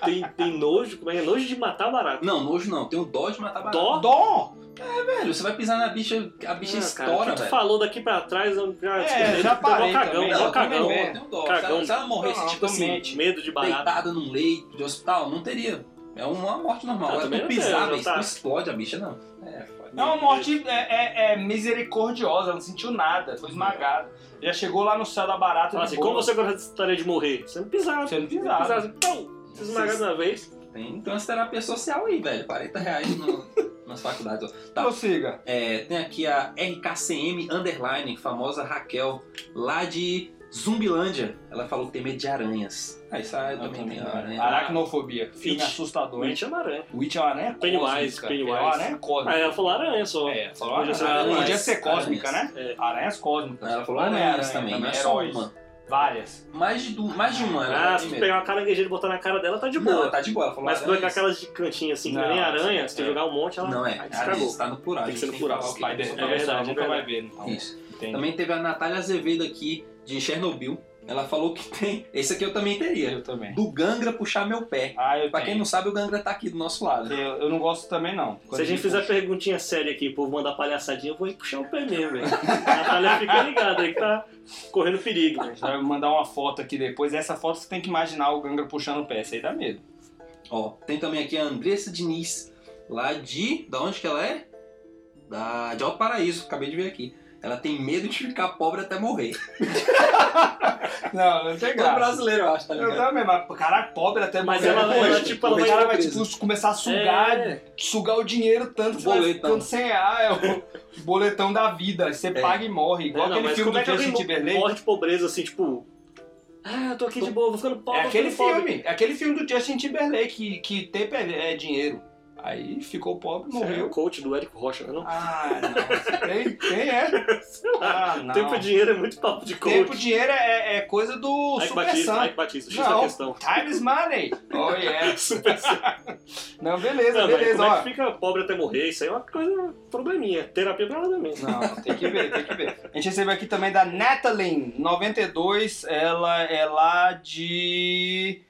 [SPEAKER 1] Tem, tem nojo? Como é? Nojo de matar barata.
[SPEAKER 3] Não, nojo não. Tenho dó de matar barata.
[SPEAKER 1] Dó?
[SPEAKER 2] Dó?
[SPEAKER 3] Velho, você vai pisar na bicha, a bicha
[SPEAKER 1] Ah,
[SPEAKER 3] estoura,
[SPEAKER 1] cara, o que tu
[SPEAKER 3] velho.
[SPEAKER 1] falou daqui pra trás, eu já,
[SPEAKER 2] É, já parei
[SPEAKER 1] Mó cagão,
[SPEAKER 2] também.
[SPEAKER 1] mó
[SPEAKER 3] Não, eu tenho
[SPEAKER 1] cagão.
[SPEAKER 2] também,
[SPEAKER 3] dó,
[SPEAKER 2] velho.
[SPEAKER 3] eu tenho dó. Se
[SPEAKER 1] Cagão.
[SPEAKER 3] ela, se ela morresse,
[SPEAKER 2] Não,
[SPEAKER 3] tipo assim,
[SPEAKER 2] totalmente.
[SPEAKER 1] Medo de barata.
[SPEAKER 3] deitada num leito de hospital, não teria. É uma morte normal.
[SPEAKER 1] Ah,
[SPEAKER 3] Ela
[SPEAKER 1] também
[SPEAKER 3] não
[SPEAKER 1] não tem,
[SPEAKER 3] pisar,
[SPEAKER 1] não
[SPEAKER 3] bicho,
[SPEAKER 1] tá.
[SPEAKER 3] não explode a bicha, não. É, foda.
[SPEAKER 2] É uma morte é, é- é misericordiosa, ela não sentiu nada, foi esmagada. Já chegou lá no céu da barata.
[SPEAKER 1] Fala
[SPEAKER 2] de
[SPEAKER 1] assim,
[SPEAKER 2] boa.
[SPEAKER 1] como você gostaria de morrer? Sendo pisado.
[SPEAKER 2] Sendo
[SPEAKER 1] Pisado.
[SPEAKER 2] pisado.
[SPEAKER 1] pisado. Então, Pum! Esmagado na vez.
[SPEAKER 3] Tem, tem umas terapia social aí, velho. 40 reais no- nas faculdades. ó. Tá.
[SPEAKER 2] Prossiga.
[SPEAKER 3] É, tem aqui a RKCM Underline, famosa Raquel, lá de Zumbilândia. Ela falou que tem medo de aranhas. Ah, isso aí eu
[SPEAKER 2] Eu
[SPEAKER 3] também
[SPEAKER 2] também,
[SPEAKER 3] tenho
[SPEAKER 2] cara.
[SPEAKER 3] aranha.
[SPEAKER 2] Aracnofobia. Filme
[SPEAKER 1] It.
[SPEAKER 2] assustador, hein?
[SPEAKER 1] Doente é uma aranha.
[SPEAKER 2] Witch é uma aranha
[SPEAKER 1] Pennywise,
[SPEAKER 2] cósmica.
[SPEAKER 1] Pennywise.
[SPEAKER 2] É uma aranha
[SPEAKER 1] Aí
[SPEAKER 2] cósmica.
[SPEAKER 1] ela falou aranha só.
[SPEAKER 2] É, falou
[SPEAKER 1] Podia ser
[SPEAKER 2] aranha.
[SPEAKER 1] aranhas.
[SPEAKER 2] Podia ser cósmica, né?
[SPEAKER 1] É.
[SPEAKER 2] Aranhas cósmicas.
[SPEAKER 3] Ela falou aranhas
[SPEAKER 2] Homem-Aranha
[SPEAKER 3] também, não é só
[SPEAKER 2] heróis.
[SPEAKER 3] uma.
[SPEAKER 2] Várias.
[SPEAKER 3] Mais de, du- mais de uma. ela
[SPEAKER 1] Ah,
[SPEAKER 3] tem
[SPEAKER 1] se tu
[SPEAKER 3] medo.
[SPEAKER 1] pegar uma caranguejeira e botar na cara dela, tá de
[SPEAKER 3] Não,
[SPEAKER 1] boa.
[SPEAKER 3] tá de boa. Ela falou
[SPEAKER 1] Mas se tu pegar
[SPEAKER 3] aranhas.
[SPEAKER 1] aquelas de cantinho assim, que não é nem
[SPEAKER 2] Não,
[SPEAKER 1] aranha, se tu
[SPEAKER 2] é.
[SPEAKER 1] jogar um monte, ela
[SPEAKER 3] Não é,
[SPEAKER 1] aí
[SPEAKER 3] aranhas,
[SPEAKER 1] estragou.
[SPEAKER 3] está no plural.
[SPEAKER 1] Tem que
[SPEAKER 3] a gente
[SPEAKER 1] ser no plural,
[SPEAKER 3] falar o que é.
[SPEAKER 1] Spider- É verdade,
[SPEAKER 2] nunca
[SPEAKER 1] é
[SPEAKER 2] vai ver. Então,
[SPEAKER 3] Isso.
[SPEAKER 2] Entendi.
[SPEAKER 3] Também teve a Natália Azevedo aqui, de Chernobyl. Ela falou que tem. Esse aqui eu também teria.
[SPEAKER 2] Eu também.
[SPEAKER 3] Do Gangra puxar meu pé.
[SPEAKER 2] Ah, eu
[SPEAKER 3] Pra quem
[SPEAKER 2] tenho.
[SPEAKER 3] não sabe, o Gangra tá aqui do nosso lado.
[SPEAKER 2] Eu, eu não gosto também, não.
[SPEAKER 1] Se a gente fizer perguntinha séria aqui, o povo mandar palhaçadinha, eu vou ir puxar o pé mesmo, velho. A Natália fica ligada aí que tá correndo perigo, né?
[SPEAKER 2] A
[SPEAKER 1] velho.
[SPEAKER 2] gente vai mandar uma foto aqui depois. Essa foto você tem que imaginar o Gangra puxando o pé. Isso aí dá medo.
[SPEAKER 3] Ó, tem também aqui a Andressa Diniz, lá de. Da onde que ela é? Da, de Alto Paraíso, acabei de ver aqui. Ela tem medo de ficar pobre até morrer.
[SPEAKER 2] Não, não tem
[SPEAKER 3] É brasileiro, eu acho, tá
[SPEAKER 2] Eu
[SPEAKER 3] ligado?
[SPEAKER 2] também, mas cara pobre até
[SPEAKER 1] né, Mas
[SPEAKER 2] morrer
[SPEAKER 1] ela-
[SPEAKER 2] depois.
[SPEAKER 1] ela, tipo, ela
[SPEAKER 2] o
[SPEAKER 1] vai-
[SPEAKER 2] cara vai
[SPEAKER 3] presa.
[SPEAKER 2] tipo, começar a sugar,
[SPEAKER 1] É,
[SPEAKER 2] sugar o dinheiro tanto que você vai
[SPEAKER 3] Boletão.
[SPEAKER 2] ficando sem ar, é o boletão da vida. Você paga e morre. Igual
[SPEAKER 1] é, não,
[SPEAKER 2] aquele
[SPEAKER 1] mas
[SPEAKER 2] filme
[SPEAKER 1] como
[SPEAKER 2] do
[SPEAKER 1] é que alguém
[SPEAKER 2] Justin
[SPEAKER 1] mo-
[SPEAKER 2] Timberlake.
[SPEAKER 1] morre de pobreza assim, tipo. Ah, eu tô aqui de boa, vou ficando pobre.
[SPEAKER 2] É
[SPEAKER 1] vou
[SPEAKER 2] aquele
[SPEAKER 1] ficando pobre.
[SPEAKER 2] filme, é aquele filme do Justin Timberlake que, que tempo é, é dinheiro. Aí ficou pobre,
[SPEAKER 1] É o
[SPEAKER 2] morreu.
[SPEAKER 1] coach do Érico Rocha, né? Não?
[SPEAKER 2] Ah, não. Quem, quem é?
[SPEAKER 1] Sei lá.
[SPEAKER 2] Ah, não.
[SPEAKER 1] Tempo e dinheiro é muito papo de coach.
[SPEAKER 2] Tempo, dinheiro é, é coisa do
[SPEAKER 1] Ike
[SPEAKER 2] Super
[SPEAKER 1] Batista,
[SPEAKER 2] Sam.
[SPEAKER 1] Ike Batista, X da
[SPEAKER 2] Não,
[SPEAKER 1] questão.
[SPEAKER 2] time is money. Oh, yeah. Não, beleza,
[SPEAKER 1] Não, mas
[SPEAKER 2] beleza,
[SPEAKER 1] como
[SPEAKER 2] ó.
[SPEAKER 1] é que fica pobre até morrer? Isso aí é uma coisa, probleminha. Terapia pra ela também.
[SPEAKER 2] Não, tem que ver, tem que ver. A gente recebeu aqui também da Natalie, 92, ela é lá de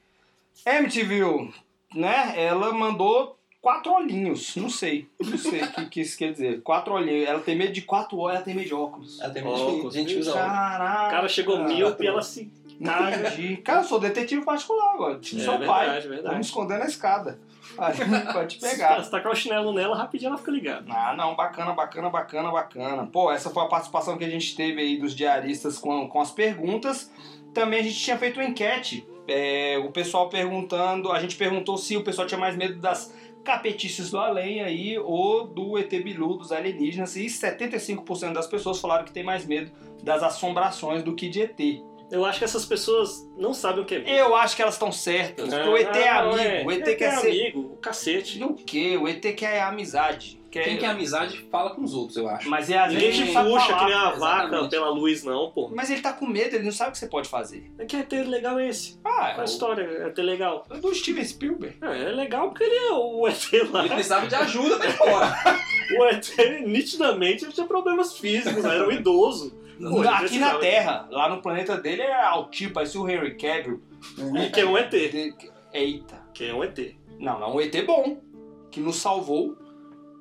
[SPEAKER 2] MTV, né? Ela mandou quatro olhinhos, não sei, não sei o que, que isso quer dizer. Quatro olhinhos, ela tem medo de quatro olhos, ela tem medo de óculos.
[SPEAKER 3] Ela tem
[SPEAKER 1] Óculos,
[SPEAKER 3] gente, gente
[SPEAKER 1] é
[SPEAKER 3] que usa óculos.
[SPEAKER 2] Caraca.
[SPEAKER 1] O cara chegou
[SPEAKER 2] Ah,
[SPEAKER 1] míope e ela se...
[SPEAKER 2] Entendi. Cara, eu sou detetive particular agora, tipo, sou pai.
[SPEAKER 1] É verdade,
[SPEAKER 2] Vamos me
[SPEAKER 1] verdade.
[SPEAKER 2] esconder na escada, pra te
[SPEAKER 1] Se
[SPEAKER 2] pegar.
[SPEAKER 1] tá- se tacar o chinelo nela, rapidinho ela fica ligada.
[SPEAKER 2] Ah, não, bacana, bacana, bacana, bacana. Pô, essa foi a participação que a gente teve aí dos diaristas com, com as perguntas. Também a gente tinha feito uma enquete. é, o pessoal perguntando, a gente perguntou se o pessoal tinha mais medo das capetices do além aí ou do ET Bilu, dos alienígenas. E 75% das pessoas falaram que tem mais medo das assombrações do que de ET.
[SPEAKER 1] Eu acho que essas pessoas não sabem o que é míope.
[SPEAKER 2] Eu acho que elas estão certas. porque o ET é
[SPEAKER 1] Ah,
[SPEAKER 2] amigo, o ET, quer
[SPEAKER 1] é
[SPEAKER 2] ser.
[SPEAKER 1] amigo, o cacete.
[SPEAKER 2] O quê? O ET quer é amizade. Quer...
[SPEAKER 3] Quem quer amizade fala com os outros, eu acho.
[SPEAKER 2] Mas é às
[SPEAKER 1] Ninguém
[SPEAKER 2] vezes
[SPEAKER 1] te
[SPEAKER 2] não sabe
[SPEAKER 1] puxa
[SPEAKER 2] falar.
[SPEAKER 1] que nem a
[SPEAKER 3] exatamente.
[SPEAKER 1] vaca pela luz, não, pô.
[SPEAKER 2] Mas ele tá com medo, ele não sabe o que você pode fazer.
[SPEAKER 1] É que é ter legal é esse. Qual
[SPEAKER 2] Ah,
[SPEAKER 1] a história? É ter legal.
[SPEAKER 2] é do Steven Spielberg.
[SPEAKER 1] É, é legal porque ele é o ET lá.
[SPEAKER 3] Ele precisava de ajuda pra ir embora.
[SPEAKER 1] O ET, nitidamente, ele tinha problemas físicos, né? era um idoso. Pô, ele
[SPEAKER 2] Aqui na
[SPEAKER 1] precisava-
[SPEAKER 2] Terra, lá no planeta dele é altipo, parece o Henry Cavill.
[SPEAKER 1] E que é um ET.
[SPEAKER 2] De- Eita.
[SPEAKER 1] Que é um ET.
[SPEAKER 2] Não, não, um ET bom, que nos salvou.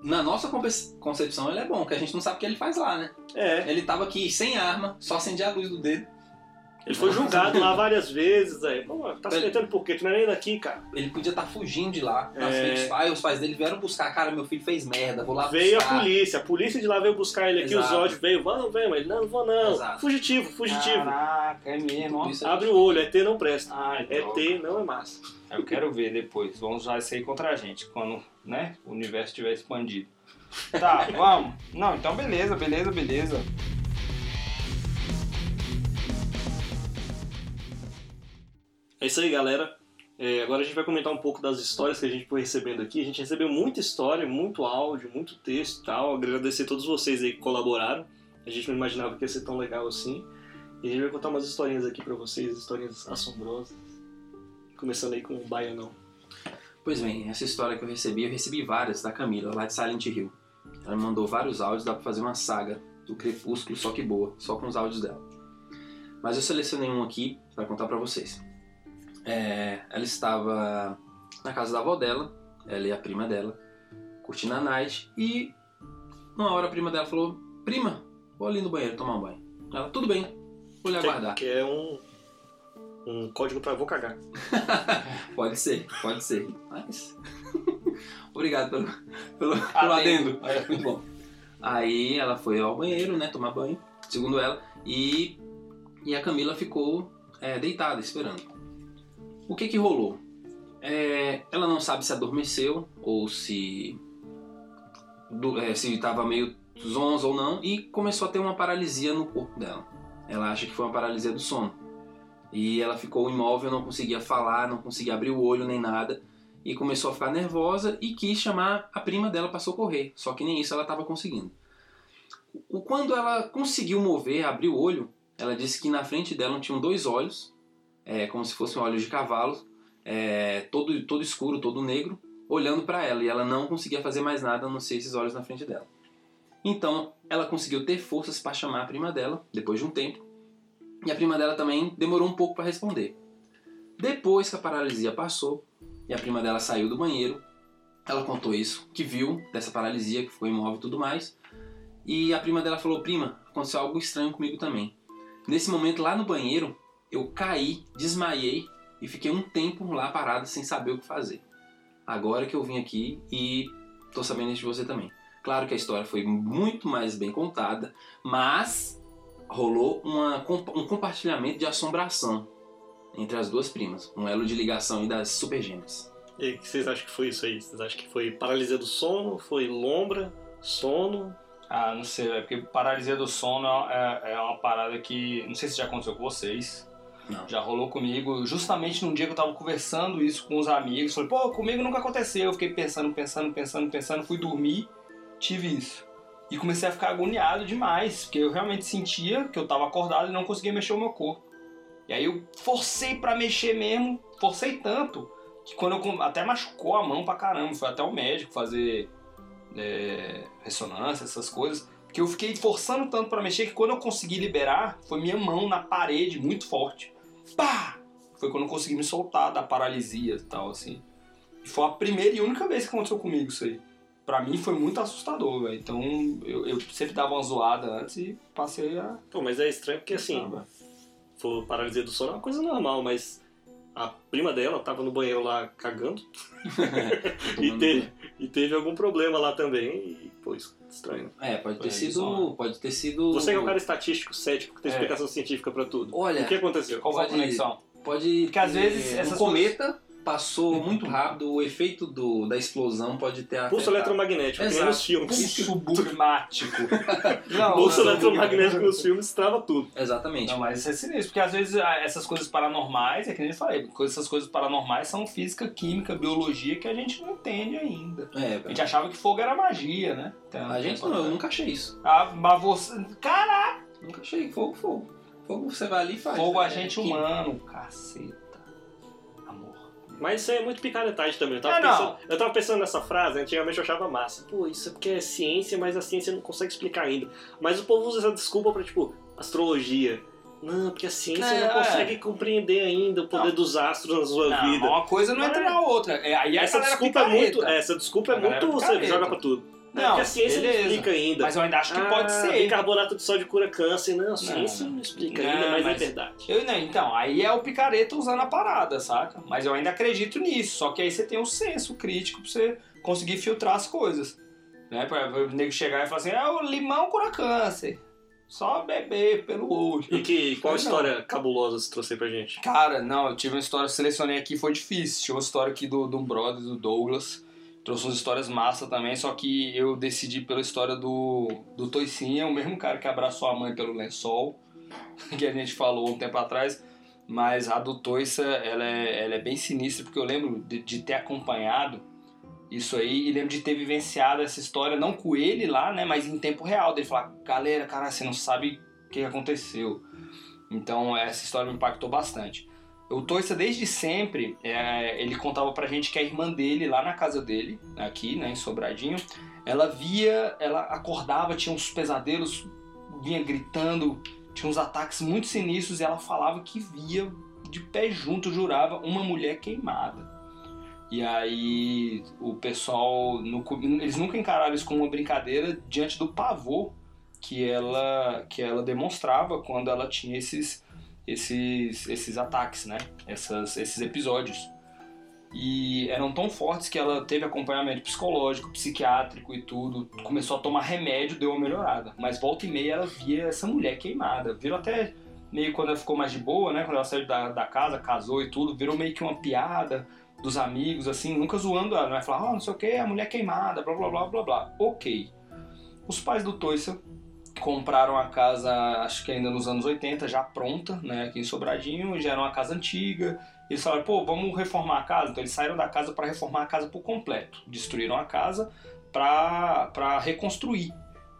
[SPEAKER 3] Na nossa conce- concepção ele é bom, porque a gente não sabe o que ele faz lá, né?
[SPEAKER 1] É.
[SPEAKER 3] Ele tava aqui sem arma, só acendia a luz do dedo.
[SPEAKER 1] Ele foi julgado lá várias vezes. Aí, Pô, tá se metendo por quê? Tu não é nem daqui, cara.
[SPEAKER 3] Ele podia estar fugindo de lá. Nas
[SPEAKER 1] É.
[SPEAKER 3] frente dos pais, os pais dele vieram buscar, cara, meu filho fez merda, vou lá
[SPEAKER 1] Veio a
[SPEAKER 3] buscar.
[SPEAKER 1] polícia. A polícia de lá veio buscar ele aqui. O
[SPEAKER 3] Exato.
[SPEAKER 1] Zod veio. Vamos, vem, mas ele não, não vou não.
[SPEAKER 3] Exato.
[SPEAKER 1] Fugitivo, fugitivo.
[SPEAKER 2] Caraca, é mesmo. ó.
[SPEAKER 3] Isso é-
[SPEAKER 1] Abre o olho, ET não presta.
[SPEAKER 2] Ai, droga.
[SPEAKER 1] ET não é massa.
[SPEAKER 2] Eu quero ver depois. Vamos usar isso aí contra a gente, quando né, o universo estiver expandido. Tá, vamos. Não, então beleza, beleza, beleza.
[SPEAKER 1] É isso aí, galera. É, agora a gente vai comentar um pouco das histórias que a gente foi recebendo aqui. A gente recebeu muita história, muito áudio, muito texto e tal. Agradecer a todos vocês aí que colaboraram. A gente não imaginava que ia ser tão legal assim. E a gente vai contar umas historinhas aqui pra vocês, historinhas assombrosas. Começando aí com o Baianão.
[SPEAKER 3] Pois bem, essa história que eu recebi, eu recebi várias da Camila, lá de Silent Hill. Ela me mandou vários áudios, dá pra fazer uma saga do Crepúsculo, só que boa, só com os áudios dela. Mas eu selecionei um aqui pra contar pra vocês. É, ela estava na casa da avó dela, ela e a prima dela, curtindo a night, e uma hora a prima dela falou: Prima, vou ali no banheiro tomar um banho. Ela, tudo bem, vou lhe aguardar.
[SPEAKER 1] Que é um, um código pra vou cagar.
[SPEAKER 3] Pode ser, pode ser. Mas. Obrigado pelo, pelo, pelo adendo.
[SPEAKER 2] Olha,
[SPEAKER 3] Muito bom. Aí ela foi ao banheiro, né? Tomar banho, segundo ela, e, e a Camila ficou é, deitada, esperando. O que que rolou? É, ela não sabe se adormeceu ou se do- é, se estava meio zonza ou não, e começou a ter uma paralisia no corpo dela. Ela acha que foi uma paralisia do sono. E ela ficou imóvel, não conseguia falar, não conseguia abrir o olho nem nada e começou a ficar nervosa e quis chamar a prima dela para socorrer, só que nem isso ela estava conseguindo. O- Quando ela conseguiu mover, abrir o olho, ela disse que na frente dela tinham dois olhos, é, como se fossem olhos de cavalo, é, todo, todo escuro, todo negro, olhando para ela e ela não conseguia fazer mais nada a não ser esses olhos na frente dela. Então ela conseguiu ter forças para chamar a prima dela depois de um tempo e a prima dela também demorou um pouco para responder. Depois que a paralisia passou, e a prima dela saiu do banheiro. Ela contou isso, que viu dessa paralisia, que ficou imóvel e tudo mais. E a prima dela falou: Prima, aconteceu algo estranho comigo também. Nesse momento, lá no banheiro, eu caí, desmaiei e fiquei um tempo lá parada sem saber o que fazer. Agora que eu vim aqui e tô sabendo isso de você também. Claro que a história foi muito mais bem contada, mas rolou uma compa- um compartilhamento de assombração entre as duas primas, um elo de ligação aí das super gêmeas.
[SPEAKER 1] E aí, o que vocês acham que foi isso aí? Vocês acham que foi paralisia do sono? Foi lombra? Sono?
[SPEAKER 2] Ah, é não sei, velho, porque paralisia do sono é, é uma parada que. Não sei se já aconteceu com vocês,
[SPEAKER 3] Não.
[SPEAKER 2] Já rolou comigo, justamente num dia que eu tava conversando isso com os amigos. Falei, pô, comigo nunca aconteceu. Eu fiquei pensando, pensando, pensando, pensando. Fui dormir, tive isso. E comecei a ficar agoniado demais, porque eu realmente sentia que eu tava acordado e não conseguia mexer o meu corpo. E aí eu forcei pra mexer mesmo, forcei tanto, que quando eu. com- Até machucou a mão pra caramba. Foi até o médico fazer é, ressonância, essas coisas. Que eu fiquei forçando tanto pra mexer que quando eu consegui liberar, foi minha mão na parede muito forte pá! Foi quando eu consegui me soltar da paralisia e tal, assim. E foi a primeira e única vez que aconteceu comigo isso aí. Pra mim foi muito assustador, velho. Então eu, eu sempre dava uma zoada antes e passei a.
[SPEAKER 1] Pô, mas é estranho porque assim, for paralisia do sono é uma coisa normal, mas a prima dela tava no banheiro lá cagando e, teve, e teve algum problema lá também. E, pô, isso é estranho.
[SPEAKER 3] É, pode ter
[SPEAKER 2] É,
[SPEAKER 3] sido.
[SPEAKER 2] bizarro.
[SPEAKER 3] Pode ter sido.
[SPEAKER 1] Você que é um cara estatístico, cético, que tem
[SPEAKER 2] É.
[SPEAKER 1] explicação científica pra tudo.
[SPEAKER 3] Olha,
[SPEAKER 1] O que aconteceu?
[SPEAKER 2] Qual foi a
[SPEAKER 3] Pode-
[SPEAKER 2] conexão?
[SPEAKER 3] pode.
[SPEAKER 2] Porque às
[SPEAKER 3] ter-
[SPEAKER 2] vezes essas
[SPEAKER 3] um cometa passou muito rápido, o efeito do, da explosão pode
[SPEAKER 2] é
[SPEAKER 3] ter.
[SPEAKER 1] Pulso
[SPEAKER 3] afetado.
[SPEAKER 1] eletromagnético, que nem
[SPEAKER 3] Exato.
[SPEAKER 1] nos filmes.
[SPEAKER 2] Pulso burmático. Não,
[SPEAKER 1] Pulso
[SPEAKER 2] não.
[SPEAKER 1] eletromagnético nos filmes trava tudo.
[SPEAKER 3] Exatamente.
[SPEAKER 2] Não, mas isso é sinistro, porque às vezes ah, essas coisas paranormais, é que nem eu falei, coisas- essas coisas paranormais são física, química, biologia que a gente não entende ainda.
[SPEAKER 3] É,
[SPEAKER 2] A gente achava que fogo era magia, né? Então,
[SPEAKER 3] a gente não, eu nunca achei isso.
[SPEAKER 2] Ah, mas você. Cara,
[SPEAKER 3] Nunca achei. Fogo, fogo. Fogo você vai ali e faz.
[SPEAKER 2] Fogo
[SPEAKER 3] É,
[SPEAKER 2] a gente
[SPEAKER 3] que-
[SPEAKER 2] humano, caceta. Amor.
[SPEAKER 1] Mas isso aí é muito picaretagem também. Eu tava,
[SPEAKER 2] É, não.
[SPEAKER 1] pensando, eu tava pensando nessa frase, antigamente eu achava massa. Pô, isso é porque é ciência, mas a ciência não consegue explicar ainda. Mas o povo usa essa desculpa pra, tipo, astrologia. Não, porque a ciência
[SPEAKER 2] É,
[SPEAKER 1] não
[SPEAKER 2] é.
[SPEAKER 1] consegue compreender ainda o poder
[SPEAKER 2] Não.
[SPEAKER 1] dos astros na sua
[SPEAKER 2] Não,
[SPEAKER 1] vida.
[SPEAKER 2] uma coisa não entra na outra. É, aí
[SPEAKER 1] essa
[SPEAKER 2] a galera
[SPEAKER 1] desculpa é
[SPEAKER 2] picareta.
[SPEAKER 1] muito. Essa desculpa
[SPEAKER 2] A
[SPEAKER 1] é
[SPEAKER 2] galera
[SPEAKER 1] muito. Você
[SPEAKER 2] picareta.
[SPEAKER 1] joga pra tudo. Não,
[SPEAKER 2] Não,
[SPEAKER 1] porque a ciência
[SPEAKER 2] beleza.
[SPEAKER 1] não explica ainda.
[SPEAKER 2] Mas eu ainda acho que
[SPEAKER 1] Ah,
[SPEAKER 2] pode ser.
[SPEAKER 1] Bicarbonato de sódio cura câncer. Não, a ciência
[SPEAKER 2] Não.
[SPEAKER 1] não, explica
[SPEAKER 2] Não,
[SPEAKER 1] ainda, mas,
[SPEAKER 2] mas-
[SPEAKER 1] é verdade.
[SPEAKER 2] Eu, não, então, aí é o picareta usando a parada, saca? Mas eu ainda acredito nisso. Só que aí você tem um senso crítico pra você conseguir filtrar as coisas. Né? Pra, pra o nego chegar e falar assim: ah, o limão cura câncer. Só beber pelo olho.
[SPEAKER 1] E que, qual
[SPEAKER 2] Não.
[SPEAKER 1] história cabulosa você trouxe aí pra gente?
[SPEAKER 2] Cara, não, eu tive uma história, selecionei aqui, foi difícil. Tinha uma história aqui do, do brother, do Douglas. Trouxe umas histórias massa também, só que eu decidi pela história do, do Toicinha, o mesmo cara que abraçou a mãe pelo lençol, que a gente falou um tempo atrás. Mas a do Toiça, ela é, ela é bem sinistra, porque eu lembro de, de ter acompanhado isso aí e lembro de ter vivenciado essa história, não com ele lá, né, mas em tempo real, dele falar, galera, cara, você não sabe o que aconteceu. Então essa história me impactou bastante. O Toissa, desde sempre, é, ele contava pra gente que a irmã dele, lá na casa dele, aqui, né, em Sobradinho, ela via, ela acordava, tinha uns pesadelos, vinha gritando, tinha uns ataques muito sinistros e ela falava que via, de pé junto, jurava, uma mulher queimada. E aí o pessoal, no co- eles nunca encararam isso como uma brincadeira diante do pavor que ela que ela demonstrava quando ela tinha esses esses esses ataques, né? Essas, esses episódios. E eram tão fortes que ela teve acompanhamento psicológico, psiquiátrico e tudo. Começou a tomar remédio, deu uma melhorada. Mas volta e meia ela via essa mulher queimada. Virou até meio quando ela ficou mais de boa, né? Quando ela saiu da, da casa, casou e tudo, virou meio que uma piada dos amigos, assim, nunca zoando ela, né? Falar, ah, não sei o que, a mulher queimada, blá blá blá blá blá. Ok. Os pais do Toissa compraram a casa, acho que ainda nos anos 80, já pronta, né, aqui em Sobradinho, já era uma casa antiga. Eles falaram, pô, vamos reformar a casa. Então eles saíram da casa para reformar a casa por completo. Destruíram a casa para reconstruir.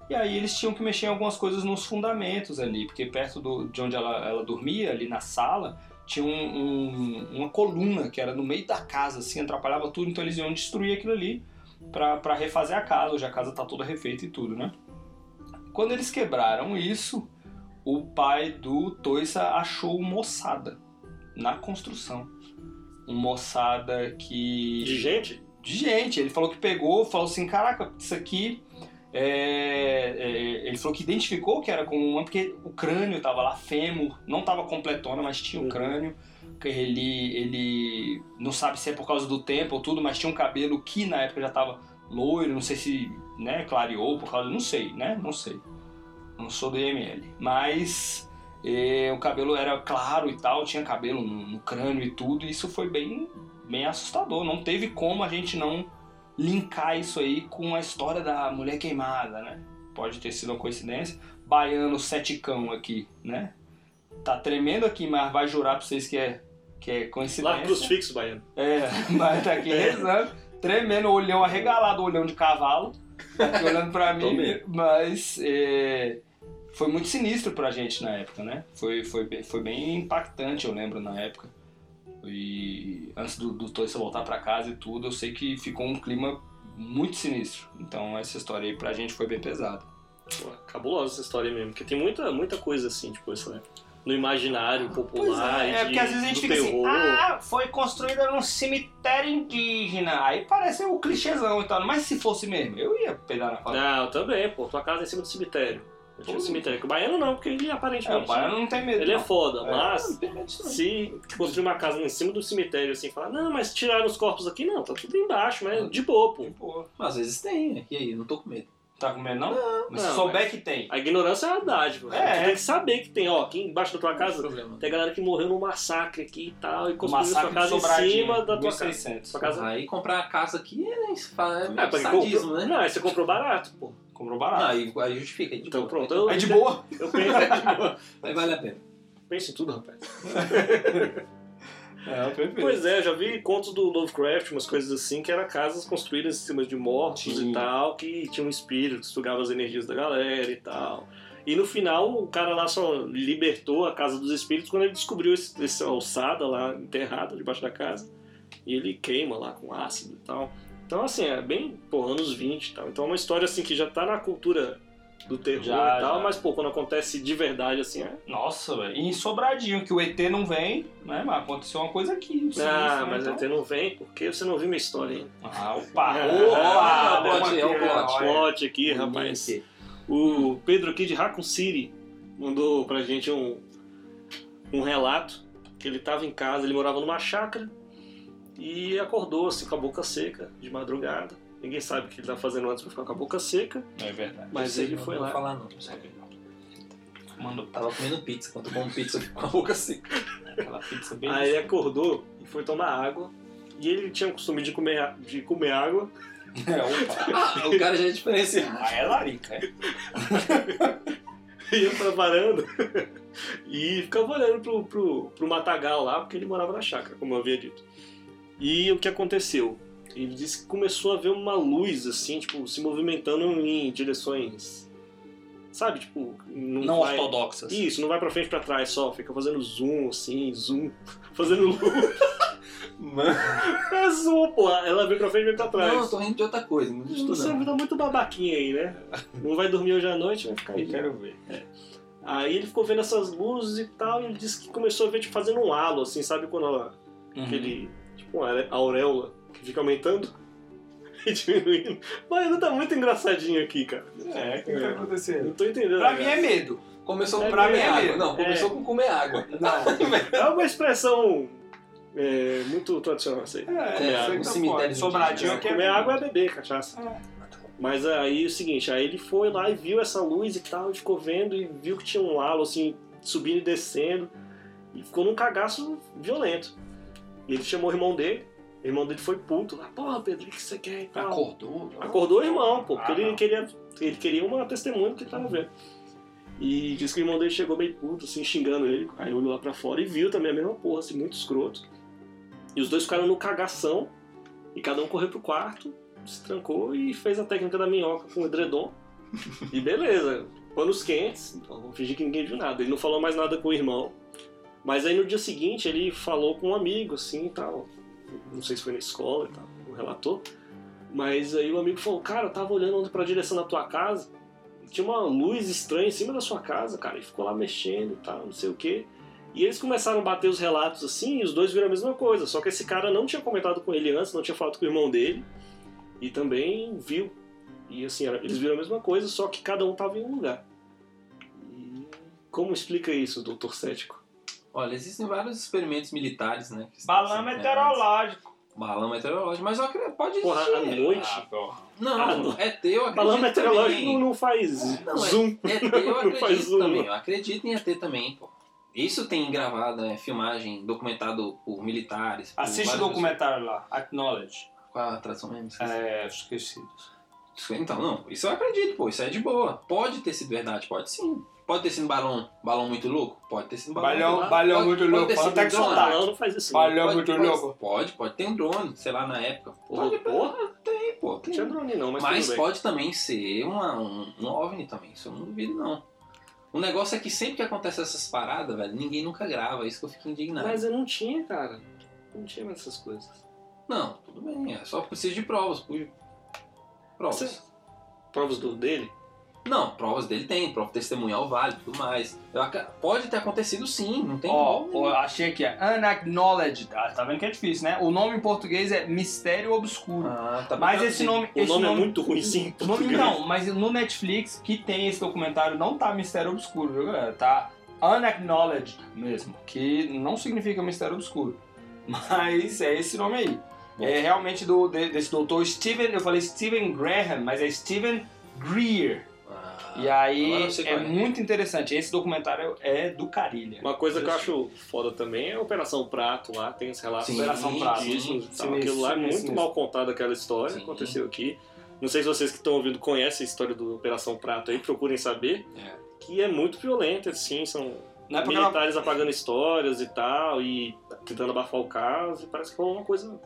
[SPEAKER 2] E aí eles tinham que mexer em algumas coisas nos fundamentos ali, porque perto do- de onde ela, ela dormia, ali na sala, tinha um- um- uma coluna que era no meio da casa, assim, atrapalhava tudo. Então eles iam destruir aquilo ali para refazer a casa. Hoje a casa tá toda refeita e tudo, né? Quando eles quebraram isso, o pai do Toissa achou um moçada na construção. Um moçada que.
[SPEAKER 1] De gente?
[SPEAKER 2] de gente. Ele falou que pegou, falou assim: caraca, isso aqui. é, é, ele falou que identificou que era como uma, porque o crânio tava lá, fêmur, não tava completona, mas tinha o
[SPEAKER 1] Uhum.
[SPEAKER 2] crânio. que Ele, ele não sabe se é por causa do tempo ou tudo, mas tinha um cabelo que na época já tava loiro, não sei se né, clareou por causa, não sei, né? Não sei. Não sou do IML. Mas é, o cabelo era claro e tal, tinha cabelo no, no crânio e tudo, e isso foi bem, bem assustador. Não teve como a gente não linkar isso aí com a história da mulher queimada, né? Pode ter sido uma coincidência. Baiano seticão aqui, né? tá tremendo aqui, mas vai jurar pra vocês que é, que é coincidência.
[SPEAKER 1] Lá crucifixo, baiano.
[SPEAKER 2] É, mas tá aqui
[SPEAKER 1] É.
[SPEAKER 2] rezando, tremendo, olhão arregalado, olhão de cavalo, tá aqui olhando pra
[SPEAKER 3] Tô
[SPEAKER 2] mim,
[SPEAKER 3] mesmo.
[SPEAKER 2] mas é, foi muito sinistro pra gente na época, né? Foi, foi, bem- foi bem impactante, eu lembro, na época. E antes do, do Toysa voltar pra casa e tudo, eu sei que ficou um clima muito sinistro. Então essa história aí pra gente foi bem pesada.
[SPEAKER 1] Pô, é cabulosa essa história mesmo, porque tem muita, muita coisa assim, tipo, isso, né? No imaginário popular,
[SPEAKER 2] é,
[SPEAKER 1] de-
[SPEAKER 2] porque às vezes a gente
[SPEAKER 1] do
[SPEAKER 2] fica assim,
[SPEAKER 1] terror.
[SPEAKER 2] ah, foi construída num cemitério indígena. Aí parece o clichêzão e tal. Mas se fosse mesmo, eu ia pegar na quadra.
[SPEAKER 1] Não, também, pô. Tua casa é em cima do cemitério. Eu tinha um
[SPEAKER 2] Pô.
[SPEAKER 1] cemitério. que O baiano não, porque ele
[SPEAKER 2] É, o
[SPEAKER 1] aparentemente.
[SPEAKER 2] baiano não tem medo.
[SPEAKER 1] ele é
[SPEAKER 2] não.
[SPEAKER 1] foda,
[SPEAKER 2] Não É.
[SPEAKER 1] mas
[SPEAKER 2] tem medo disso, não.
[SPEAKER 1] se construir uma casa em cima do cemitério assim, falar, não, mas tiraram os corpos aqui, não, tá tudo embaixo, mas de boa, pô.
[SPEAKER 2] De boa.
[SPEAKER 3] Mas às vezes tem, né? E aí, eu não tô com medo.
[SPEAKER 2] Tá com medo, não? mas se
[SPEAKER 1] não,
[SPEAKER 2] souber que tem.
[SPEAKER 1] A ignorância é uma dádiva.
[SPEAKER 2] É.
[SPEAKER 1] Tu tem que saber que tem, ó, aqui embaixo da tua
[SPEAKER 3] Não tem
[SPEAKER 1] casa
[SPEAKER 3] problema.
[SPEAKER 1] tem galera que morreu num massacre aqui e tal, e
[SPEAKER 2] O
[SPEAKER 1] construiu sua
[SPEAKER 2] massacre de
[SPEAKER 1] casa em
[SPEAKER 2] Sobradinho,
[SPEAKER 1] cima da tua casa.
[SPEAKER 2] 1600.
[SPEAKER 1] Sua casa
[SPEAKER 3] Aí comprar a casa aqui é, né, isso fala- é
[SPEAKER 1] É, porque
[SPEAKER 3] sadismo,
[SPEAKER 1] comprou-
[SPEAKER 3] né?
[SPEAKER 1] Não, aí você comprou barato, pô.
[SPEAKER 3] Não,
[SPEAKER 2] Comprou barato.
[SPEAKER 3] aí, aí justifica. aí de
[SPEAKER 1] Então
[SPEAKER 3] boa.
[SPEAKER 1] pronto, eu,
[SPEAKER 2] é de boa.
[SPEAKER 1] eu penso,
[SPEAKER 3] Aí vale a pena.
[SPEAKER 1] penso em tudo, rapaz.
[SPEAKER 2] É, perfeito.
[SPEAKER 1] Pois é, eu já vi contos do Lovecraft, umas coisas assim, que eram casas construídas em cima de mortos
[SPEAKER 2] Sim.
[SPEAKER 1] e tal, que tinham um espírito, que sugava as energias da galera e tal. E no final, o cara lá só libertou a casa dos espíritos quando ele descobriu esse- essa alçada lá enterrada debaixo da casa. E ele queima lá com ácido e tal. Então, assim, é bem, pô, anos 20 e tal. Então é uma história, assim, que já tá na cultura do terror
[SPEAKER 2] Já,
[SPEAKER 1] e tal,
[SPEAKER 2] já.
[SPEAKER 1] mas, pô, quando acontece de verdade, assim, é.
[SPEAKER 2] Nossa, velho. E em Sobradinho, que o ET não vem, né? Mas aconteceu uma coisa aqui. sinistro,
[SPEAKER 1] Ah,
[SPEAKER 2] né,
[SPEAKER 1] mas
[SPEAKER 2] então.
[SPEAKER 1] até não vem porque você não viu minha história ainda.
[SPEAKER 2] Ah, opa.
[SPEAKER 1] É.
[SPEAKER 2] Opa,
[SPEAKER 3] Ah,
[SPEAKER 2] deu uma
[SPEAKER 3] pode, é um
[SPEAKER 2] piada,
[SPEAKER 3] plot,
[SPEAKER 2] olha.
[SPEAKER 1] Plot aqui, rapaz.
[SPEAKER 3] Sim.
[SPEAKER 1] O Pedro aqui de Raccoon City mandou pra gente um, um relato que ele tava em casa, ele morava numa chácara e acordou assim com a boca seca de madrugada. Ninguém sabe o que ele tá fazendo antes pra ficar com a boca seca,
[SPEAKER 2] É verdade.
[SPEAKER 1] mas ele
[SPEAKER 3] não
[SPEAKER 1] foi
[SPEAKER 3] vou
[SPEAKER 1] lá.
[SPEAKER 3] falar não.
[SPEAKER 2] Mandou
[SPEAKER 3] Tava comendo pizza. Quando eu como pizza, eu fico com a boca assim. seca.
[SPEAKER 2] aquela pizza bem.
[SPEAKER 1] Aí ele acordou e foi tomar água. E ele tinha o costume de comer, a- de comer água.
[SPEAKER 2] É, opa.
[SPEAKER 3] Ah, o cara já é diferenciado.
[SPEAKER 2] Aí é larica. é.
[SPEAKER 1] ia pra varanda e ficava olhando pro, pro, pro matagal lá, porque ele morava na chácara, como eu havia dito. E o que aconteceu? Ele disse que começou a ver uma luz, assim, tipo, se movimentando em direções. Sabe, tipo.
[SPEAKER 2] Não
[SPEAKER 1] vai-
[SPEAKER 2] ortodoxas.
[SPEAKER 1] Isso, não vai pra frente e pra trás só, fica fazendo zoom, assim, zoom, fazendo loop.
[SPEAKER 3] Mano.
[SPEAKER 1] É zoom, pô, ela vem pra frente e vem pra trás.
[SPEAKER 3] Não, eu tô rindo de outra coisa. Não de tudo,
[SPEAKER 1] Você
[SPEAKER 3] não.
[SPEAKER 1] tá muito babaquinha aí, né? Não vai dormir hoje à noite, vai ficar aí.
[SPEAKER 2] Eu quero ver.
[SPEAKER 1] Aí ele ficou vendo essas luzes e tal, e ele disse que começou a ver, tipo, fazendo um halo, assim, sabe quando ela,
[SPEAKER 3] Uhum.
[SPEAKER 2] Uhum.
[SPEAKER 1] aquele, tipo, uma are- auréola que fica aumentando e diminuindo. Mas ainda tá muito engraçadinho aqui, cara.
[SPEAKER 2] É, o que tá acontecendo?
[SPEAKER 1] Não tô entendendo.
[SPEAKER 2] Pra
[SPEAKER 1] né,
[SPEAKER 2] mim
[SPEAKER 1] cara?
[SPEAKER 2] é medo.
[SPEAKER 3] Começou
[SPEAKER 1] É
[SPEAKER 3] com comer
[SPEAKER 2] mesmo.
[SPEAKER 3] água. Não, começou
[SPEAKER 1] É.
[SPEAKER 3] com comer água.
[SPEAKER 2] Não.
[SPEAKER 1] é uma expressão é, muito tradicional, sei.
[SPEAKER 3] Comer água,
[SPEAKER 2] tá
[SPEAKER 3] um cemitério de
[SPEAKER 2] Sobradinho
[SPEAKER 3] indígena.
[SPEAKER 2] aqui é
[SPEAKER 1] Comer
[SPEAKER 2] medo.
[SPEAKER 1] água é beber, cachaça. Mas aí é o seguinte, aí ele foi lá e viu essa luz e tal, e ficou vendo e viu que tinha um halo assim, subindo e descendo, e ficou num cagaço violento. E ele chamou o irmão dele, o irmão dele foi puto lá, porra, Pedro, o que você quer e tal?
[SPEAKER 2] Acordou.
[SPEAKER 1] Acordou o irmão, pô, porque
[SPEAKER 2] Ah,
[SPEAKER 1] ele
[SPEAKER 2] não.
[SPEAKER 1] queria, ele queria uma testemunha do que ele tava vendo. E disse que o irmão dele chegou meio puto, assim, xingando ele. Aí olhou lá pra fora e viu também a mesma porra, assim, muito escroto. E os dois ficaram no cagação, e cada um correu pro quarto, se trancou e fez a técnica da minhoca com o edredom. E beleza, panos quentes, então vou fingir que ninguém viu nada. Ele não falou mais nada com o irmão. Mas aí no dia seguinte ele falou com um amigo, assim e tal. Não sei se foi na escola e tal, o relator. Mas aí o amigo falou, cara, eu tava olhando ontem pra direção da tua casa, tinha uma luz estranha em cima da sua casa, cara, e ficou lá mexendo e tal, não sei o quê. E eles começaram a bater os relatos assim, e os dois viram a mesma coisa, só que esse cara não tinha comentado com ele antes, não tinha falado com o irmão dele, e também viu. E assim, era- eles viram a mesma coisa, só que cada um tava em um lugar. E como explica isso, doutor cético?
[SPEAKER 3] Olha, existem vários experimentos militares, né? que estão
[SPEAKER 2] Balão
[SPEAKER 3] sendo
[SPEAKER 2] meteorológico.
[SPEAKER 3] realizados. Balão meteorológico. Mas eu acredito, pode
[SPEAKER 1] Porra,
[SPEAKER 3] existir.
[SPEAKER 1] à noite? Ah,
[SPEAKER 3] Não,
[SPEAKER 1] não.
[SPEAKER 3] é teu, acredito
[SPEAKER 1] Balão meteorológico
[SPEAKER 3] também.
[SPEAKER 1] não, não faz
[SPEAKER 3] Não, é-
[SPEAKER 1] zoom.
[SPEAKER 3] ET É, eu
[SPEAKER 1] Não faz
[SPEAKER 3] acredito
[SPEAKER 1] uma.
[SPEAKER 3] também. Eu acredito em ET também, pô. Isso tem gravada é, filmagem, documentado por militares. por
[SPEAKER 2] Assiste o
[SPEAKER 3] várias
[SPEAKER 2] documentário lá. Acknowledge.
[SPEAKER 3] pessoas. Qual a tradução mesmo? Esqueci.
[SPEAKER 2] É, esquecidos.
[SPEAKER 3] Isso- Então, não. Isso eu acredito, pô. Isso é de boa. Pode ter sido verdade, pode sim. Pode ter sido balão, balão muito louco? Pode ter sido balão.
[SPEAKER 2] Um Balão-
[SPEAKER 3] muito
[SPEAKER 2] balão
[SPEAKER 3] Pode-
[SPEAKER 2] muito
[SPEAKER 3] pode
[SPEAKER 2] louco, Tá
[SPEAKER 3] ter sido
[SPEAKER 2] fala até que
[SPEAKER 3] drone.
[SPEAKER 2] soldado.
[SPEAKER 1] Balão não faz isso. não.
[SPEAKER 2] Balão muito
[SPEAKER 3] pode,
[SPEAKER 2] louco. Tá
[SPEAKER 3] Pode, pode ter um drone, sei lá, na época.
[SPEAKER 1] Porra,
[SPEAKER 3] Pode,
[SPEAKER 1] porra,
[SPEAKER 3] tem, pô.
[SPEAKER 1] não
[SPEAKER 3] Tem.
[SPEAKER 1] tinha drone não, mas,
[SPEAKER 3] Mas,
[SPEAKER 1] tudo bem.
[SPEAKER 3] pode também ser uma, um, um OVNI também, isso eu não duvido não. O negócio é que sempre que acontece essas paradas, velho, ninguém nunca grava, é isso que eu fico indignado.
[SPEAKER 1] Mas eu não tinha, cara. Não tinha mais essas coisas.
[SPEAKER 3] Não, tudo bem, é só preciso de provas, puxa. Provas.
[SPEAKER 1] Você- Provas do dele?
[SPEAKER 3] Não, provas dele tem, prova testemunhal vale, tudo mais. Eu aca- Pode ter acontecido sim, não tem um
[SPEAKER 2] Ó,
[SPEAKER 3] como.
[SPEAKER 2] ó, achei aqui, ó. Unacknowledged. Ah, tá vendo que é difícil, né? O nome em português é Mistério Obscuro.
[SPEAKER 3] Ah, tá
[SPEAKER 2] mas
[SPEAKER 3] bem
[SPEAKER 2] esse
[SPEAKER 3] traduzido.
[SPEAKER 2] nome.
[SPEAKER 1] O
[SPEAKER 2] esse
[SPEAKER 1] nome, é muito ruimzinho. em
[SPEAKER 2] O nome
[SPEAKER 1] português.
[SPEAKER 2] não, mas no Netflix que tem esse documentário não tá Mistério Obscuro, viu, galera? Tá Unacknowledged mesmo, que não significa Mistério Obscuro. Mas é esse nome aí.
[SPEAKER 3] Bom.
[SPEAKER 2] É realmente do, de- desse doutor Steven, eu falei Steven Graham, mas é Steven Greer.
[SPEAKER 3] Ah,
[SPEAKER 2] e
[SPEAKER 3] agora
[SPEAKER 2] aí
[SPEAKER 3] eu sei
[SPEAKER 2] é
[SPEAKER 3] qual é.
[SPEAKER 2] muito interessante. Esse documentário é do Carilha.
[SPEAKER 1] Uma coisa que eu acho foda também é a Operação Prato lá, tem os relatos
[SPEAKER 3] Sim,
[SPEAKER 1] da Operação Prato.
[SPEAKER 3] sim,
[SPEAKER 1] isso,
[SPEAKER 2] sim,
[SPEAKER 1] tal. Aquilo lá é
[SPEAKER 2] sim,
[SPEAKER 1] muito
[SPEAKER 2] sim.
[SPEAKER 1] mal contada aquela história,
[SPEAKER 3] Sim.
[SPEAKER 1] aconteceu aqui. Não sei se vocês que estão ouvindo conhecem a história do Operação Prato aí, procurem saber.
[SPEAKER 3] É.
[SPEAKER 1] Que é muito violenta, assim, são
[SPEAKER 2] Não é porque ela
[SPEAKER 1] militares apagando histórias e tal, e tentando abafar o caso, e parece que foi uma coisa.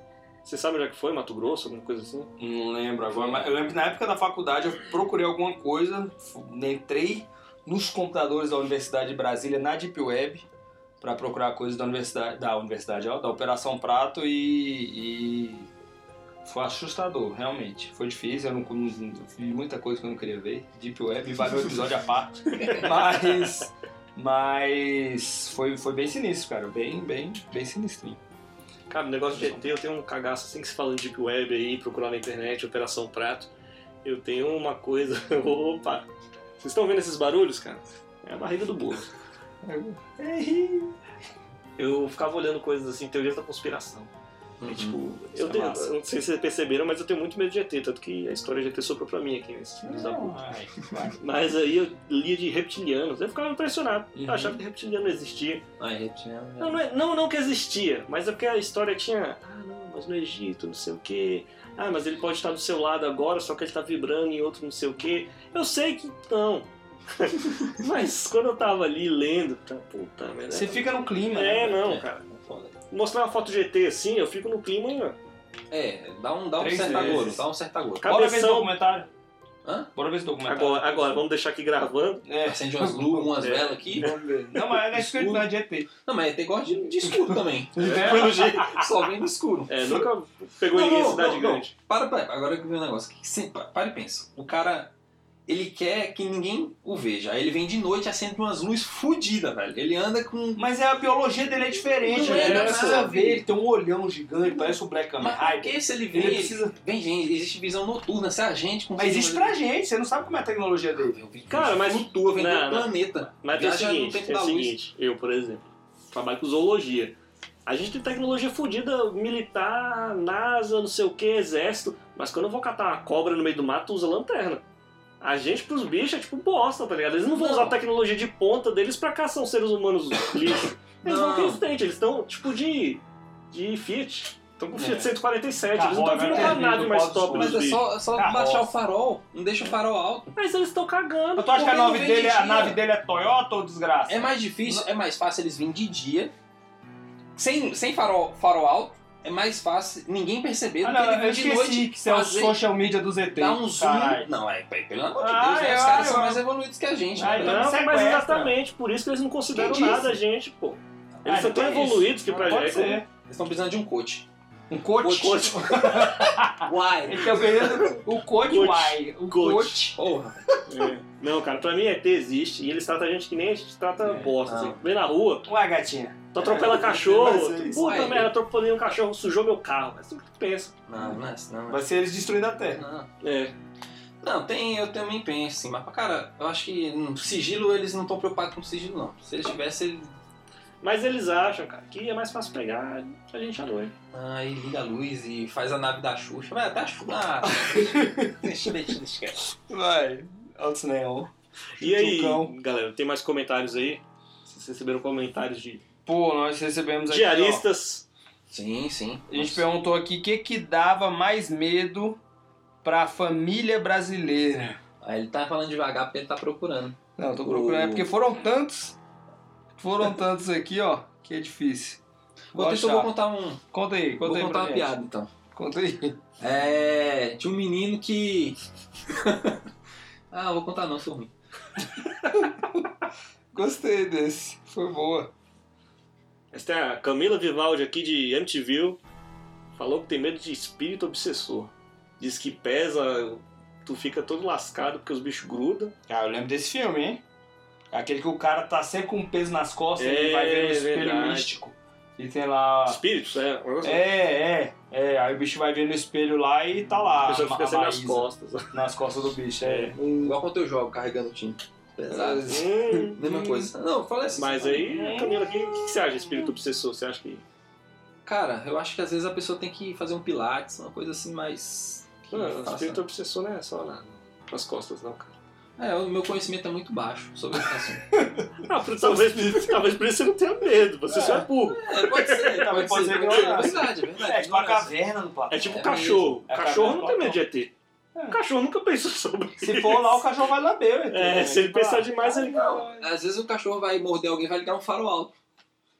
[SPEAKER 1] Você sabe onde é que foi? Mato Grosso, alguma coisa assim?
[SPEAKER 2] Não lembro agora, mas eu lembro que na época da faculdade eu procurei alguma coisa, fu- entrei nos computadores da Universidade de Brasília na Deep Web para procurar coisas da universidade, da universidade, ó, da Operação Prato e, e foi assustador, realmente. Foi difícil, eu não, não- eu fiz muita coisa que eu não queria ver, Deep Web, vai ver o episódio à parte. Mas mas foi, foi bem sinistro, cara, bem, bem, bem sinistro.
[SPEAKER 1] Cara, o negócio de ET, eu tenho um cagaço assim que se fala de Deep Web aí, procurar na internet, Operação Prato. Eu tenho uma coisa. Opa! Vocês estão vendo esses barulhos, cara? É a barriga do burro. É Eu ficava olhando coisas assim, teorias da conspiração.
[SPEAKER 3] Uhum.
[SPEAKER 1] E, tipo,
[SPEAKER 2] Isso
[SPEAKER 1] eu,
[SPEAKER 2] é
[SPEAKER 1] tenho,
[SPEAKER 2] massa.
[SPEAKER 1] eu não sei se vocês perceberam, mas eu tenho muito medo de ET, tanto que a história de ET soprou pra mim aqui nesses filhos da puta.
[SPEAKER 2] Ai,
[SPEAKER 1] Mas aí eu lia de reptilianos, eu ficava impressionado.
[SPEAKER 2] Uhum.
[SPEAKER 1] Eu achava que reptiliano não existia.
[SPEAKER 3] Aí, reptiliano,
[SPEAKER 1] Não, não, é- não, não que existia, mas é porque a história tinha. Ah, não, mas no Egito, não sei o quê. Ah, mas ele pode estar do seu lado agora, só que ele está vibrando em outro não sei o quê. Eu sei que não. mas quando eu tava ali lendo, tá, puta merda.
[SPEAKER 2] Você fica no clima, né?
[SPEAKER 1] É, não, cara.
[SPEAKER 3] é foda.
[SPEAKER 1] Mostrar uma foto GT assim, eu fico no clima hein, ó.
[SPEAKER 3] É, dá um, dá um
[SPEAKER 2] Três
[SPEAKER 3] certo
[SPEAKER 2] vezes.
[SPEAKER 3] agouro, dá um certo agouro.
[SPEAKER 1] Cabeção.
[SPEAKER 2] Bora ver esse documentário.
[SPEAKER 3] Hã?
[SPEAKER 2] Bora ver esse documentário.
[SPEAKER 1] Agora, agora, vamos deixar aqui gravando.
[SPEAKER 2] É.
[SPEAKER 3] Acende umas luzes, umas
[SPEAKER 1] É.
[SPEAKER 3] velas aqui.
[SPEAKER 2] Vamos ver. Não, mas é escrito na GT.
[SPEAKER 3] Não, mas tem gosta de, de escuro também.
[SPEAKER 2] É.
[SPEAKER 1] Pelo jeito.
[SPEAKER 3] Só vem no escuro.
[SPEAKER 1] É, nunca pegou ninguém em cidade grande.
[SPEAKER 3] Para, para, agora que eu vi um negócio. Que se- pa- para e pensa. O cara, ele quer que ninguém o veja. Aí ele vem de noite e acende umas luzes fodidas, velho. Ele anda com... um
[SPEAKER 2] Mas é, a biologia dele é diferente,
[SPEAKER 3] Não
[SPEAKER 2] né?
[SPEAKER 3] é,
[SPEAKER 2] Ele
[SPEAKER 3] não é
[SPEAKER 2] precisa
[SPEAKER 3] nada.
[SPEAKER 2] ver, ele tem um olhão gigante, parece o Black Hammer.
[SPEAKER 3] Mas por que se ele vem...
[SPEAKER 2] Ele
[SPEAKER 3] Ele
[SPEAKER 2] precisa...
[SPEAKER 3] Vem gente, existe visão noturna. Se a gente...
[SPEAKER 2] Mas existe pra gente, você não sabe como é a tecnologia dele.
[SPEAKER 1] Cara, mas-
[SPEAKER 3] Flutua, vem do
[SPEAKER 1] Não, não.
[SPEAKER 3] planeta.
[SPEAKER 1] Mas tem o
[SPEAKER 3] Viaja é no
[SPEAKER 1] seguinte,
[SPEAKER 3] tempo
[SPEAKER 1] tem o
[SPEAKER 3] da luz.
[SPEAKER 1] seguinte, eu, por exemplo, trabalho com zoologia. A gente tem tecnologia fodida, militar, NASA, não sei o que, exército, mas quando eu vou catar uma cobra no meio do mato, usa lanterna. A gente, pros bichos, é tipo bosta, tá ligado? Eles não vão
[SPEAKER 3] Não.
[SPEAKER 1] usar a tecnologia de ponta deles pra caçar os seres humanos lixo. Eles vão
[SPEAKER 3] Não.
[SPEAKER 1] ter instante, eles estão tipo de, de Fiat. Estão com Fiat
[SPEAKER 2] É.
[SPEAKER 1] 147, eles não
[SPEAKER 2] Carroça,
[SPEAKER 1] estão vindo com
[SPEAKER 2] né?
[SPEAKER 1] a nave
[SPEAKER 2] Do
[SPEAKER 1] mais
[SPEAKER 2] Polo
[SPEAKER 1] top
[SPEAKER 2] Sul.
[SPEAKER 1] dos
[SPEAKER 3] Mas é
[SPEAKER 1] bichos.
[SPEAKER 3] só, é só
[SPEAKER 2] Carroça.
[SPEAKER 3] baixar o farol. Não deixa o farol alto.
[SPEAKER 1] Mas eles estão cagando.
[SPEAKER 2] Mas tu acha que a
[SPEAKER 3] Porque não
[SPEAKER 2] nave,
[SPEAKER 3] vem
[SPEAKER 2] dele,
[SPEAKER 3] de
[SPEAKER 2] a
[SPEAKER 3] dia.
[SPEAKER 2] nave dele é Toyota ou desgraça? Ah,
[SPEAKER 3] É mais difícil, é mais fácil eles virem de dia. Sem, sem farol, farol alto, é mais fácil ninguém perceber
[SPEAKER 2] Ah,
[SPEAKER 3] do que
[SPEAKER 2] não,
[SPEAKER 3] ele
[SPEAKER 2] eu
[SPEAKER 3] vir de
[SPEAKER 2] esqueci
[SPEAKER 3] noite.
[SPEAKER 2] que isso é o
[SPEAKER 3] fazer-
[SPEAKER 2] social media do ZT.
[SPEAKER 3] Dá um zoom.
[SPEAKER 2] Caralho.
[SPEAKER 3] Não, é, pe- pelo amor de
[SPEAKER 2] Ah,
[SPEAKER 3] Deus, né?
[SPEAKER 2] eu-
[SPEAKER 3] os caras são
[SPEAKER 2] eu-
[SPEAKER 3] mais evoluídos que a gente.
[SPEAKER 2] Ah,
[SPEAKER 3] né?
[SPEAKER 2] então-
[SPEAKER 1] Não, mas
[SPEAKER 2] sequestra.
[SPEAKER 1] exatamente, por isso que eles não consideram
[SPEAKER 3] Quem disse?
[SPEAKER 1] nada a gente, pô. Eles
[SPEAKER 2] Ah,
[SPEAKER 1] são
[SPEAKER 2] então
[SPEAKER 1] tão
[SPEAKER 2] é isso.
[SPEAKER 1] evoluídos que pra
[SPEAKER 2] Pode
[SPEAKER 1] gente é
[SPEAKER 2] ser.
[SPEAKER 3] Eles estão precisando de um coach.
[SPEAKER 2] Um coach.
[SPEAKER 1] Coach.
[SPEAKER 3] Uai!
[SPEAKER 2] Ele tem o período- o coach
[SPEAKER 1] Coach.
[SPEAKER 2] Y. O
[SPEAKER 1] Coach.
[SPEAKER 2] coach.
[SPEAKER 3] Porra!
[SPEAKER 1] É. Não, cara, pra mim ET existe e eles tratam a gente que nem a gente trata
[SPEAKER 2] É,
[SPEAKER 1] bosta.
[SPEAKER 3] não.
[SPEAKER 1] Assim. Vem na rua,
[SPEAKER 2] Ué, gatinha.
[SPEAKER 1] tu atropela
[SPEAKER 2] É,
[SPEAKER 1] cachorro,
[SPEAKER 2] mas é isso
[SPEAKER 1] puta
[SPEAKER 3] aí.
[SPEAKER 1] merda, atropelei um cachorro, sujou meu carro. É assim que tu pensa.
[SPEAKER 3] Não, não é assim, não.
[SPEAKER 2] Vai ser eles destruindo a Terra.
[SPEAKER 3] Não,
[SPEAKER 1] É.
[SPEAKER 3] não tem, eu também penso assim, mas pra cara, eu acho que hum, sigilo eles não estão preocupados com sigilo, não. Se eles tivessem, eles.
[SPEAKER 1] Mas eles acham, cara, que é mais fácil pegar a gente à noite.
[SPEAKER 3] Ah, e liga a luz e faz a nave da Xuxa. Vai até a Xuxa. Ah, deixa, deixa, deixa.
[SPEAKER 2] Vai. Altos neon.
[SPEAKER 1] E aí,
[SPEAKER 2] Tucão.
[SPEAKER 1] galera, tem mais comentários aí? Vocês receberam comentários de
[SPEAKER 2] Pô, nós recebemos aqui. ó.
[SPEAKER 1] diaristas.
[SPEAKER 3] Sim, sim.
[SPEAKER 2] a gente perguntou aqui o que, que dava mais medo pra família brasileira.
[SPEAKER 3] Aí ele tá falando devagar porque ele tá procurando.
[SPEAKER 4] Não, tô procurando. É porque foram tantos. Foram tantos aqui, ó, que é difícil. Vou
[SPEAKER 3] Vou, então,
[SPEAKER 4] achar.
[SPEAKER 3] vou contar um.
[SPEAKER 4] Conta aí, conta
[SPEAKER 3] vou
[SPEAKER 4] aí.
[SPEAKER 3] contar
[SPEAKER 4] pra
[SPEAKER 3] uma
[SPEAKER 4] gente.
[SPEAKER 3] piada então.
[SPEAKER 4] Conta aí.
[SPEAKER 3] É. Tinha um menino que. ah, vou contar não, sou ruim.
[SPEAKER 4] Gostei desse. Foi boa.
[SPEAKER 1] Esta é a Camila Vivaldi aqui de MTV. Falou que tem medo de espírito obsessor. Diz que pesa, tu fica todo lascado porque os bichos grudam.
[SPEAKER 2] Ah, eu lembro desse filme, hein? Aquele que o cara tá sempre com um peso nas costas e ele
[SPEAKER 1] É,
[SPEAKER 2] vai ver no espelho
[SPEAKER 1] verdade.
[SPEAKER 2] místico. E tem lá.
[SPEAKER 1] Espíritos, é. um negócio assim.
[SPEAKER 2] Ah. É, é, é. Aí o bicho vai ver no espelho lá e tá lá.
[SPEAKER 1] a pessoa fica
[SPEAKER 2] a
[SPEAKER 1] sem nas
[SPEAKER 2] Maísa,
[SPEAKER 1] costas.
[SPEAKER 2] nas costas do bicho, é. tipo
[SPEAKER 3] Igual quando eu jogo carregando o time. Pesado.
[SPEAKER 1] Hum,
[SPEAKER 3] Mesma coisa. Não, fala assim.
[SPEAKER 1] Mas aí, a Camila, o que, o que você acha de espírito obsessor? Você acha que.
[SPEAKER 3] Cara, eu acho que às vezes a pessoa tem que fazer um pilates, uma coisa assim mais. que
[SPEAKER 1] Não,
[SPEAKER 3] faça-
[SPEAKER 1] ah, espírito obsessor não é só na- nas costas, não, cara.
[SPEAKER 3] É, o meu conhecimento é muito baixo sobre esse assunto.
[SPEAKER 1] Ah, por- talvez, talvez por isso você não tenha medo, você só é burro.
[SPEAKER 3] É, pode ser,
[SPEAKER 2] Também
[SPEAKER 3] pode,
[SPEAKER 2] pode ser
[SPEAKER 3] ser.
[SPEAKER 2] ignorância.
[SPEAKER 3] é verdade, é verdade.
[SPEAKER 2] É, tipo a
[SPEAKER 3] ignorância.
[SPEAKER 2] caverna do Platão.
[SPEAKER 1] É tipo
[SPEAKER 3] É
[SPEAKER 1] cachorro.
[SPEAKER 2] É,
[SPEAKER 1] cachorro
[SPEAKER 2] cara,
[SPEAKER 1] não tem medo de ET.
[SPEAKER 2] É.
[SPEAKER 1] Cachorro nunca pensou sobre isso.
[SPEAKER 2] Se for lá, o cachorro vai lamber, ué,
[SPEAKER 1] É,
[SPEAKER 2] né?
[SPEAKER 1] se ele
[SPEAKER 2] Tipo,
[SPEAKER 1] pensar
[SPEAKER 2] ah,
[SPEAKER 1] demais, ele
[SPEAKER 2] não.
[SPEAKER 3] Às vezes o cachorro vai morder alguém, vai ligar um farol alto.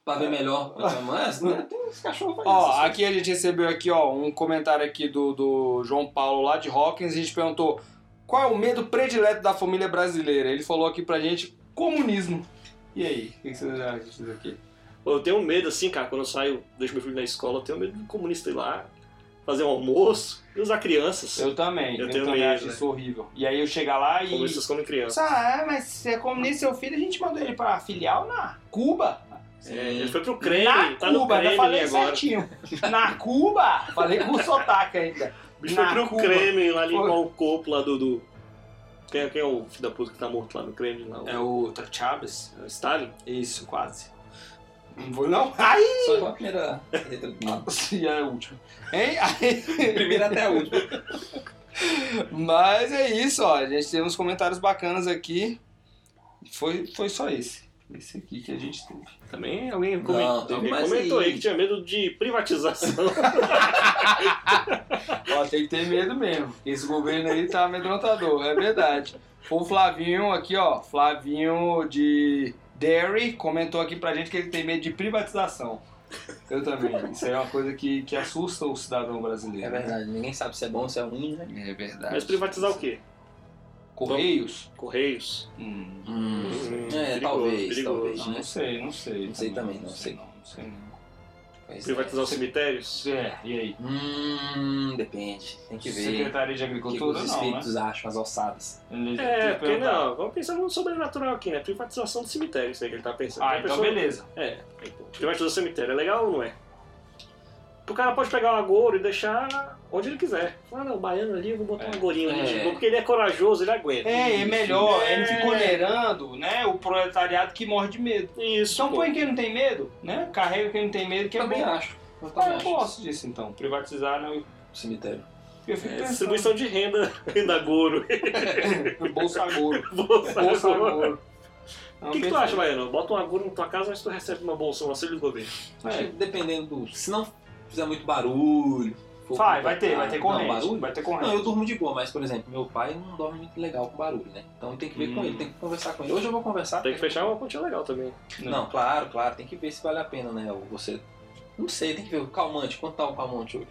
[SPEAKER 3] Pra ver melhor. Mas, né? Tem uns cachorros que fazem
[SPEAKER 2] Ó, aqui a gente recebeu aqui, ó, um comentário aqui do, do João Paulo lá de Hawkins, a gente perguntou qual é o medo predileto da família brasileira. Ele falou aqui pra gente comunismo. E aí, o que que vocês acham disso aqui?
[SPEAKER 1] Pô, Eu tenho medo, assim, cara, quando eu saio, deixo meu filho na escola, eu tenho medo do comunista ir lá, fazer um almoço e usar crianças.
[SPEAKER 2] Eu também, eu,
[SPEAKER 1] Eu tenho
[SPEAKER 2] também
[SPEAKER 1] medo,
[SPEAKER 2] acho
[SPEAKER 1] né?
[SPEAKER 2] isso horrível. E aí eu chegar lá e.
[SPEAKER 1] Comunistas comem crianças.
[SPEAKER 2] Ah, mas se é comunista seu filho, a gente mandou ele pra filial na Cuba.
[SPEAKER 1] É, ele foi pro Kremlin,
[SPEAKER 2] na
[SPEAKER 1] tá no
[SPEAKER 2] Cuba, ainda
[SPEAKER 1] Kremlin
[SPEAKER 2] falei
[SPEAKER 1] agora.
[SPEAKER 2] certinho. Na Cuba, falei com sotaque ainda.
[SPEAKER 1] O bicho
[SPEAKER 2] na
[SPEAKER 1] foi pro
[SPEAKER 2] Cuba.
[SPEAKER 1] Kremlin lá limpar
[SPEAKER 2] Foi.
[SPEAKER 1] o corpo lá do. do- Quem, é- quem é o filho da puta que tá morto lá no Kremlin? Lá, o...
[SPEAKER 2] É o Chaves?
[SPEAKER 1] é o Stalin?
[SPEAKER 2] Isso, quase. Não vou não. Aí!
[SPEAKER 3] Só igual a primeira letra do nome.
[SPEAKER 2] E é a última. Hein? Aí-
[SPEAKER 3] Primeira até a última.
[SPEAKER 2] Mas é isso, ó. A gente teve uns comentários bacanas aqui. Foi, foi só esse. Esse aqui que a gente teve.
[SPEAKER 1] Também alguém
[SPEAKER 3] Não,
[SPEAKER 1] comentou,
[SPEAKER 3] teve
[SPEAKER 1] alguém
[SPEAKER 3] mais
[SPEAKER 1] comentou
[SPEAKER 3] aí.
[SPEAKER 1] aí que tinha medo de privatização.
[SPEAKER 2] Ó, tem que ter medo mesmo. porque Esse governo aí tá amedrontador, é verdade. O Flavinho aqui, ó. Flavinho de Derry comentou aqui pra gente que ele tem medo de privatização. Eu também. Isso aí é uma coisa que, que assusta o cidadão
[SPEAKER 3] É
[SPEAKER 2] brasileiro. né?
[SPEAKER 3] verdade, ninguém sabe se é bom ou se é ruim, né?
[SPEAKER 2] É verdade.
[SPEAKER 1] Mas privatizar o quê?
[SPEAKER 2] Correios?
[SPEAKER 1] Correios?
[SPEAKER 2] Hum,
[SPEAKER 1] Hum,
[SPEAKER 3] É,
[SPEAKER 1] perigoso,
[SPEAKER 3] talvez,
[SPEAKER 1] perigoso.
[SPEAKER 3] talvez, né?
[SPEAKER 2] não sei, não sei.
[SPEAKER 3] Não sei também, não sei.
[SPEAKER 2] Não, não sei não.
[SPEAKER 3] Pois é.
[SPEAKER 1] Privatizar os cemitérios?
[SPEAKER 2] É, e aí?
[SPEAKER 3] Hum, depende. Tem que ver
[SPEAKER 2] Secretaria de
[SPEAKER 3] o que
[SPEAKER 2] Agricultura,
[SPEAKER 3] os
[SPEAKER 2] não, né?
[SPEAKER 3] espíritos acham, as alçadas.
[SPEAKER 2] Ele-
[SPEAKER 1] É,
[SPEAKER 2] ele
[SPEAKER 1] porque
[SPEAKER 2] perguntar.
[SPEAKER 1] não, vamos pensar no sobrenatural aqui, né? Privatização do cemitério, isso aí que ele tá pensando.
[SPEAKER 2] Ah,
[SPEAKER 1] A
[SPEAKER 2] então
[SPEAKER 1] pessoa-
[SPEAKER 2] beleza.
[SPEAKER 1] É, privatização do cemitério, é legal ou não é? O cara pode pegar o agouro e deixar onde ele quiser. Ah, não, o baiano ali, eu vou botar
[SPEAKER 2] É.
[SPEAKER 1] um agourinho ali,
[SPEAKER 3] É.
[SPEAKER 1] de boa, porque ele é corajoso, ele aguenta.
[SPEAKER 2] É, é melhor, ele
[SPEAKER 1] É.
[SPEAKER 2] fica onerando, né, o proletariado que morre de medo.
[SPEAKER 1] Isso,
[SPEAKER 2] Então
[SPEAKER 1] pô. é
[SPEAKER 2] põe quem não tem medo, né? Carrega quem não tem medo, que é
[SPEAKER 3] também
[SPEAKER 2] bom.
[SPEAKER 3] acho. Eu
[SPEAKER 2] Ah,
[SPEAKER 3] também
[SPEAKER 2] eu
[SPEAKER 3] acho.
[SPEAKER 2] gosto disso então. Privatizar, né?
[SPEAKER 3] Cemitério.
[SPEAKER 2] Eu fico
[SPEAKER 1] É,
[SPEAKER 2] pensando.
[SPEAKER 1] distribuição de renda ainda agouro.
[SPEAKER 2] Bolsa Goro.
[SPEAKER 1] é Bolsa
[SPEAKER 2] Bolsa
[SPEAKER 1] Agouro.
[SPEAKER 2] Goro.
[SPEAKER 1] O que, que tu acha, Baiano? Bota um agulho na tua casa, mas tu recebe uma bolsa, um auxílio do governo.
[SPEAKER 2] É.
[SPEAKER 3] Acho que dependendo do. Se não fizer muito barulho. for
[SPEAKER 2] Vai, vai ter, vai ter
[SPEAKER 3] não,
[SPEAKER 2] corrente.
[SPEAKER 3] barulho?
[SPEAKER 2] vai ter
[SPEAKER 3] Não,
[SPEAKER 2] corrente.
[SPEAKER 3] eu durmo de boa, mas, por exemplo, meu pai não dorme muito legal com barulho, né? Então tem que ver com
[SPEAKER 2] Hum.
[SPEAKER 3] ele, tem que conversar com ele. Hoje eu vou conversar.
[SPEAKER 1] Tem que fechar uma quantia legal também.
[SPEAKER 3] Não, claro, claro, tem que ver se vale a pena, né? Ou Você. Não sei, tem que ver o calmante. Quanto tá o calmante hoje?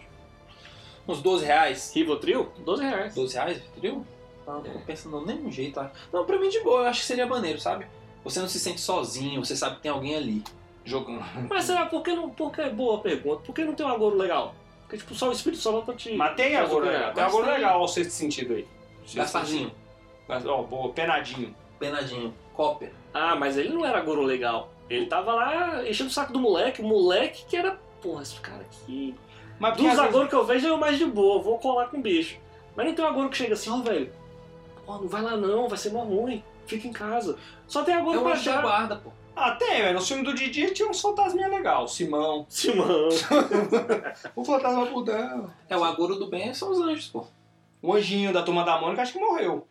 [SPEAKER 3] Uns 12 reais.
[SPEAKER 1] Rivotril? 12 reais.
[SPEAKER 3] 12 reais, É. viu? Não, não Ah, tô pensando de nenhum jeito. acho. Não, pra mim de boa, eu acho que seria maneiro, sabe? Você não se sente sozinho, você sabe que tem alguém ali.
[SPEAKER 2] Jogando.
[SPEAKER 1] Mas será por que não. Por que é boa a pergunta? Por que não tem um agouro legal? Porque, tipo, só o espírito só dá pra te.
[SPEAKER 2] Mas tem
[SPEAKER 1] Faz o
[SPEAKER 2] agora
[SPEAKER 1] quê?
[SPEAKER 2] legal. Tem
[SPEAKER 3] Mas
[SPEAKER 2] agora
[SPEAKER 3] tem.
[SPEAKER 2] legal ó, o sexto sentido aí.
[SPEAKER 3] Gasparzinho,
[SPEAKER 2] Mas, Ó, boa, penadinho.
[SPEAKER 3] penadinho, cópia.
[SPEAKER 1] Ah, mas ele não era guru legal. Ele tava lá enchendo o saco do moleque, o moleque que era. Porra, esse cara aqui.
[SPEAKER 2] Mas porque
[SPEAKER 1] Dos
[SPEAKER 2] às vezes-
[SPEAKER 1] agouros que eu vejo é o mais de boa, vou colar com o bicho. Mas não tem um agouro que chega assim, ó, velho. Ó, não vai lá não, vai ser mó ruim. Fica em casa. Só tem agouro
[SPEAKER 3] Eu
[SPEAKER 1] pra
[SPEAKER 3] acho que
[SPEAKER 1] achar.
[SPEAKER 3] guarda, É pô.
[SPEAKER 2] Ah, tem, velho. No filme do Didi tinha uns fantasminha legal. Simão.
[SPEAKER 1] Simão.
[SPEAKER 2] O fantasma budão.
[SPEAKER 3] É o agouro do bem são os anjos, pô.
[SPEAKER 2] O Um anjinho da turma da Mônica acho que morreu.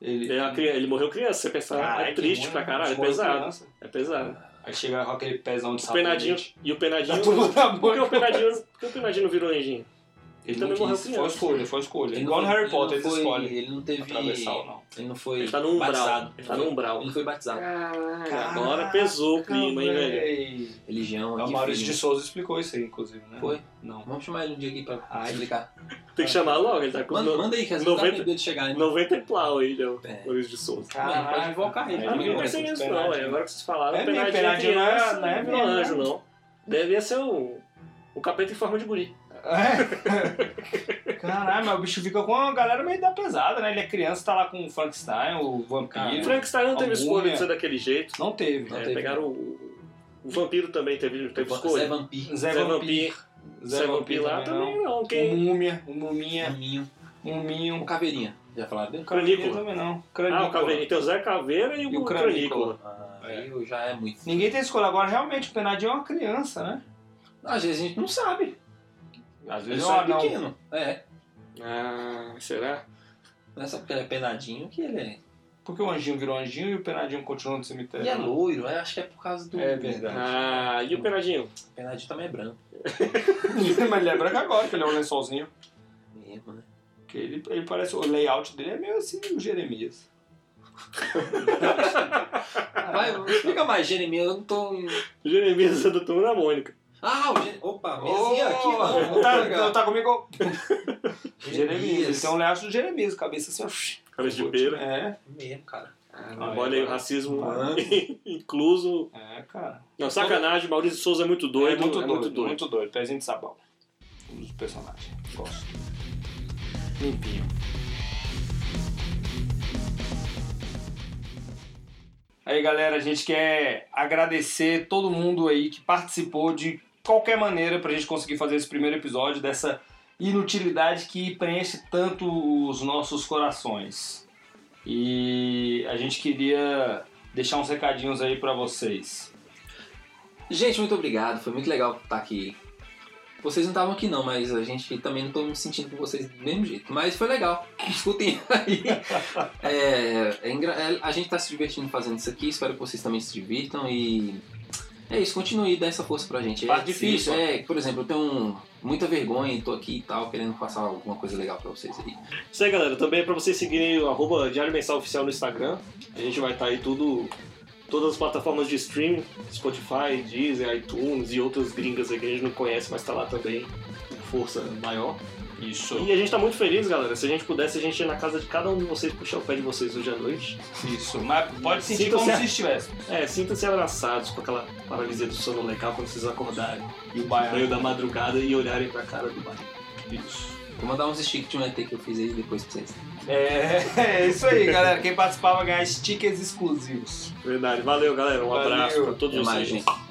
[SPEAKER 2] Ele.
[SPEAKER 1] Ele, é uma criança- ele morreu criança, você pensar,
[SPEAKER 2] Caralho,
[SPEAKER 1] é triste
[SPEAKER 2] que
[SPEAKER 1] pra
[SPEAKER 2] morreu-
[SPEAKER 1] caralho, é
[SPEAKER 2] morreu
[SPEAKER 1] pesado.
[SPEAKER 2] criança.
[SPEAKER 1] É pesado.
[SPEAKER 2] Aí chega com aquele pezão de
[SPEAKER 1] O penadinho.
[SPEAKER 2] sabonete.
[SPEAKER 1] E o penadinho.
[SPEAKER 2] Da turma da
[SPEAKER 1] Por que
[SPEAKER 2] Mônica.
[SPEAKER 1] o penadinho, por que o penadinho não virou anjinho? Ele também
[SPEAKER 2] não
[SPEAKER 1] morreu
[SPEAKER 2] quis.
[SPEAKER 1] criança.
[SPEAKER 2] Foi escolha, foi escolha.
[SPEAKER 3] Ele
[SPEAKER 2] Igual
[SPEAKER 3] não
[SPEAKER 2] no Harry
[SPEAKER 3] foi- ele
[SPEAKER 2] Potter, eles
[SPEAKER 3] não foi-
[SPEAKER 2] escolhem
[SPEAKER 3] Ele não teve.
[SPEAKER 2] atravessar ou não.
[SPEAKER 3] Ele não foi.
[SPEAKER 1] Ele tá no umbral.
[SPEAKER 3] batizado.
[SPEAKER 1] Ele tá no umbral.
[SPEAKER 3] Ele não foi batizado.
[SPEAKER 4] Caralho.
[SPEAKER 1] Agora pesou o clima, hein, velho?
[SPEAKER 2] velho?
[SPEAKER 3] Religião.
[SPEAKER 2] É O
[SPEAKER 3] aqui,
[SPEAKER 2] Maurício
[SPEAKER 3] filho.
[SPEAKER 2] de Souza explicou isso aí, inclusive, né?
[SPEAKER 3] Foi.
[SPEAKER 2] Não.
[SPEAKER 3] Vamos chamar ele um dia aqui pra
[SPEAKER 2] Ai.
[SPEAKER 3] explicar.
[SPEAKER 1] Tem que chamar logo, ele tá com
[SPEAKER 3] Manda,
[SPEAKER 1] no-
[SPEAKER 3] manda aí, que às vezes
[SPEAKER 1] 90
[SPEAKER 3] tá com medo de chegar ainda.
[SPEAKER 1] 90 e plau aí, Léo.
[SPEAKER 3] É.
[SPEAKER 1] Maurício de Souza.
[SPEAKER 3] Mano, pode invocar ele.
[SPEAKER 2] né?
[SPEAKER 1] Ah, ninguém pensei nisso, não. é. Agora que vocês falaram,
[SPEAKER 2] É
[SPEAKER 1] é
[SPEAKER 2] meio
[SPEAKER 1] penadinha,
[SPEAKER 2] penadinha,
[SPEAKER 1] não é,
[SPEAKER 2] não é
[SPEAKER 1] não é anjo,
[SPEAKER 2] mesmo.
[SPEAKER 1] não. Devia ser um, um capeta em forma de guri.
[SPEAKER 2] É. Caralho, mas o bicho fica com uma galera meio da pesada, né? Ele é criança, tá lá com o Frankenstein, o
[SPEAKER 1] O
[SPEAKER 2] vampiro.
[SPEAKER 1] Frankenstein não teve
[SPEAKER 2] Algum,
[SPEAKER 1] escolha
[SPEAKER 2] né?
[SPEAKER 1] de ser daquele jeito.
[SPEAKER 2] Não teve.
[SPEAKER 3] Não
[SPEAKER 1] Ah. É,
[SPEAKER 3] teve.
[SPEAKER 1] pegaram o, o vampiro também, teve, teve
[SPEAKER 3] Zé
[SPEAKER 1] escolha.
[SPEAKER 3] Vampiro.
[SPEAKER 2] Zé, Vampir.
[SPEAKER 1] Zé Vampir lá também não. um Ah,
[SPEAKER 2] O
[SPEAKER 1] Quem...
[SPEAKER 2] Um Múmia, o Muminha, um
[SPEAKER 3] Caminho.
[SPEAKER 2] o Muminho.
[SPEAKER 3] Um caveirinha. Já falaram dele?
[SPEAKER 1] Cranícola.
[SPEAKER 2] também não.
[SPEAKER 1] Ah,
[SPEAKER 2] Cranícola.
[SPEAKER 1] o Caveira. Tem o Zé Caveira e o,
[SPEAKER 2] E o Cranícola.
[SPEAKER 1] Cranícola.
[SPEAKER 3] Ah,
[SPEAKER 2] É.
[SPEAKER 3] aí já é muito.
[SPEAKER 2] Ninguém tem escolha. Agora, realmente, o Penadinho é uma criança, né?
[SPEAKER 3] Às vezes a gente não sabe.
[SPEAKER 2] Às
[SPEAKER 3] Ele
[SPEAKER 2] vezes
[SPEAKER 3] só
[SPEAKER 2] é
[SPEAKER 3] é
[SPEAKER 2] não.
[SPEAKER 3] pequeno. É.
[SPEAKER 1] Ah, será?
[SPEAKER 3] Não é só porque ele é penadinho que ele é.
[SPEAKER 2] Porque o anjinho virou anjinho e o Penadinho continua no cemitério.
[SPEAKER 3] E é loiro, é, acho que é por causa do.
[SPEAKER 2] É verdade.
[SPEAKER 1] Ah, e o Penadinho?
[SPEAKER 3] Penadinho também é branco.
[SPEAKER 2] Mas ele é branco agora, que ele é um lençolzinho.
[SPEAKER 3] Mesmo, né?
[SPEAKER 2] Porque ele, ele parece. O layout dele é meio assim o Jeremias. Ah.
[SPEAKER 3] Vai, explica mais, Jeremias. Eu não tô. em-
[SPEAKER 1] Jeremias é da turma da Mônica.
[SPEAKER 3] Ah, o Jeremias. Opa,
[SPEAKER 2] Ô,
[SPEAKER 3] mesinha aqui, mano.
[SPEAKER 2] Tá, tá comigo. Jeremias. Ele
[SPEAKER 3] Jeremias.
[SPEAKER 2] tem um layout do Jeremias, cabeça assim, ó.
[SPEAKER 1] Cabeça de pera.
[SPEAKER 2] É,
[SPEAKER 3] Mesmo, cara.
[SPEAKER 1] Olha aí o racismo
[SPEAKER 3] Mano.
[SPEAKER 1] incluso.
[SPEAKER 2] é, cara.
[SPEAKER 1] Não, sacanagem, Maurício Souza é muito doido.
[SPEAKER 2] é muito doido,
[SPEAKER 1] muito doido.
[SPEAKER 2] muito doido. Pezinho de sabão. Um dos personagens. Gosto. Limpinho. Aí, galera, a gente quer agradecer todo mundo aí que participou de qualquer maneira pra gente conseguir fazer esse primeiro episódio dessa inutilidade que preenche tanto os nossos corações. E a gente queria deixar uns recadinhos aí pra vocês.
[SPEAKER 3] Gente, muito obrigado. Foi muito legal estar aqui. Vocês não estavam aqui não, mas a gente também não tô me sentindo com vocês do mesmo jeito. Mas foi legal. Escutem aí. É, é engra- é, a gente tá se divertindo fazendo isso aqui. Espero que vocês também se divirtam e. É isso, continue e dá essa força pra gente. É
[SPEAKER 2] Participa.
[SPEAKER 3] difícil, é. Por exemplo, eu tenho muita vergonha, e tô aqui e tal, querendo passar alguma coisa legal pra vocês aí.
[SPEAKER 1] Isso aí, galera. Também é pra vocês seguirem o arroba Diário Mensal Oficial no Instagram. A gente vai estar aí tudo. Todas as plataformas de stream, Spotify, Deezer, iTunes e outras gringas aí que a gente não conhece, mas tá lá também com força maior.
[SPEAKER 2] Isso.
[SPEAKER 1] E a gente tá muito feliz, galera. Se a gente pudesse, a gente ia na casa de cada um de vocês puxar o pé de vocês hoje à noite.
[SPEAKER 2] Isso, mas pode sentir
[SPEAKER 1] Sinta-se
[SPEAKER 2] como
[SPEAKER 1] a-
[SPEAKER 2] se estivesse.
[SPEAKER 1] É, sintam-se abraçados com aquela paralisia do sono legal quando vocês acordarem
[SPEAKER 2] E o
[SPEAKER 1] no meio da madrugada e olharem pra cara do bar.
[SPEAKER 2] Isso.
[SPEAKER 3] Vou mandar uns stick de um ET que eu fiz aí depois pra vocês.
[SPEAKER 2] É, é isso aí, galera. Quem participar vai ganhar stickers exclusivos.
[SPEAKER 1] Verdade. Valeu, galera. Um abraço
[SPEAKER 2] Valeu.
[SPEAKER 1] pra todos
[SPEAKER 3] Até É mais, um
[SPEAKER 1] vocês.
[SPEAKER 3] gente.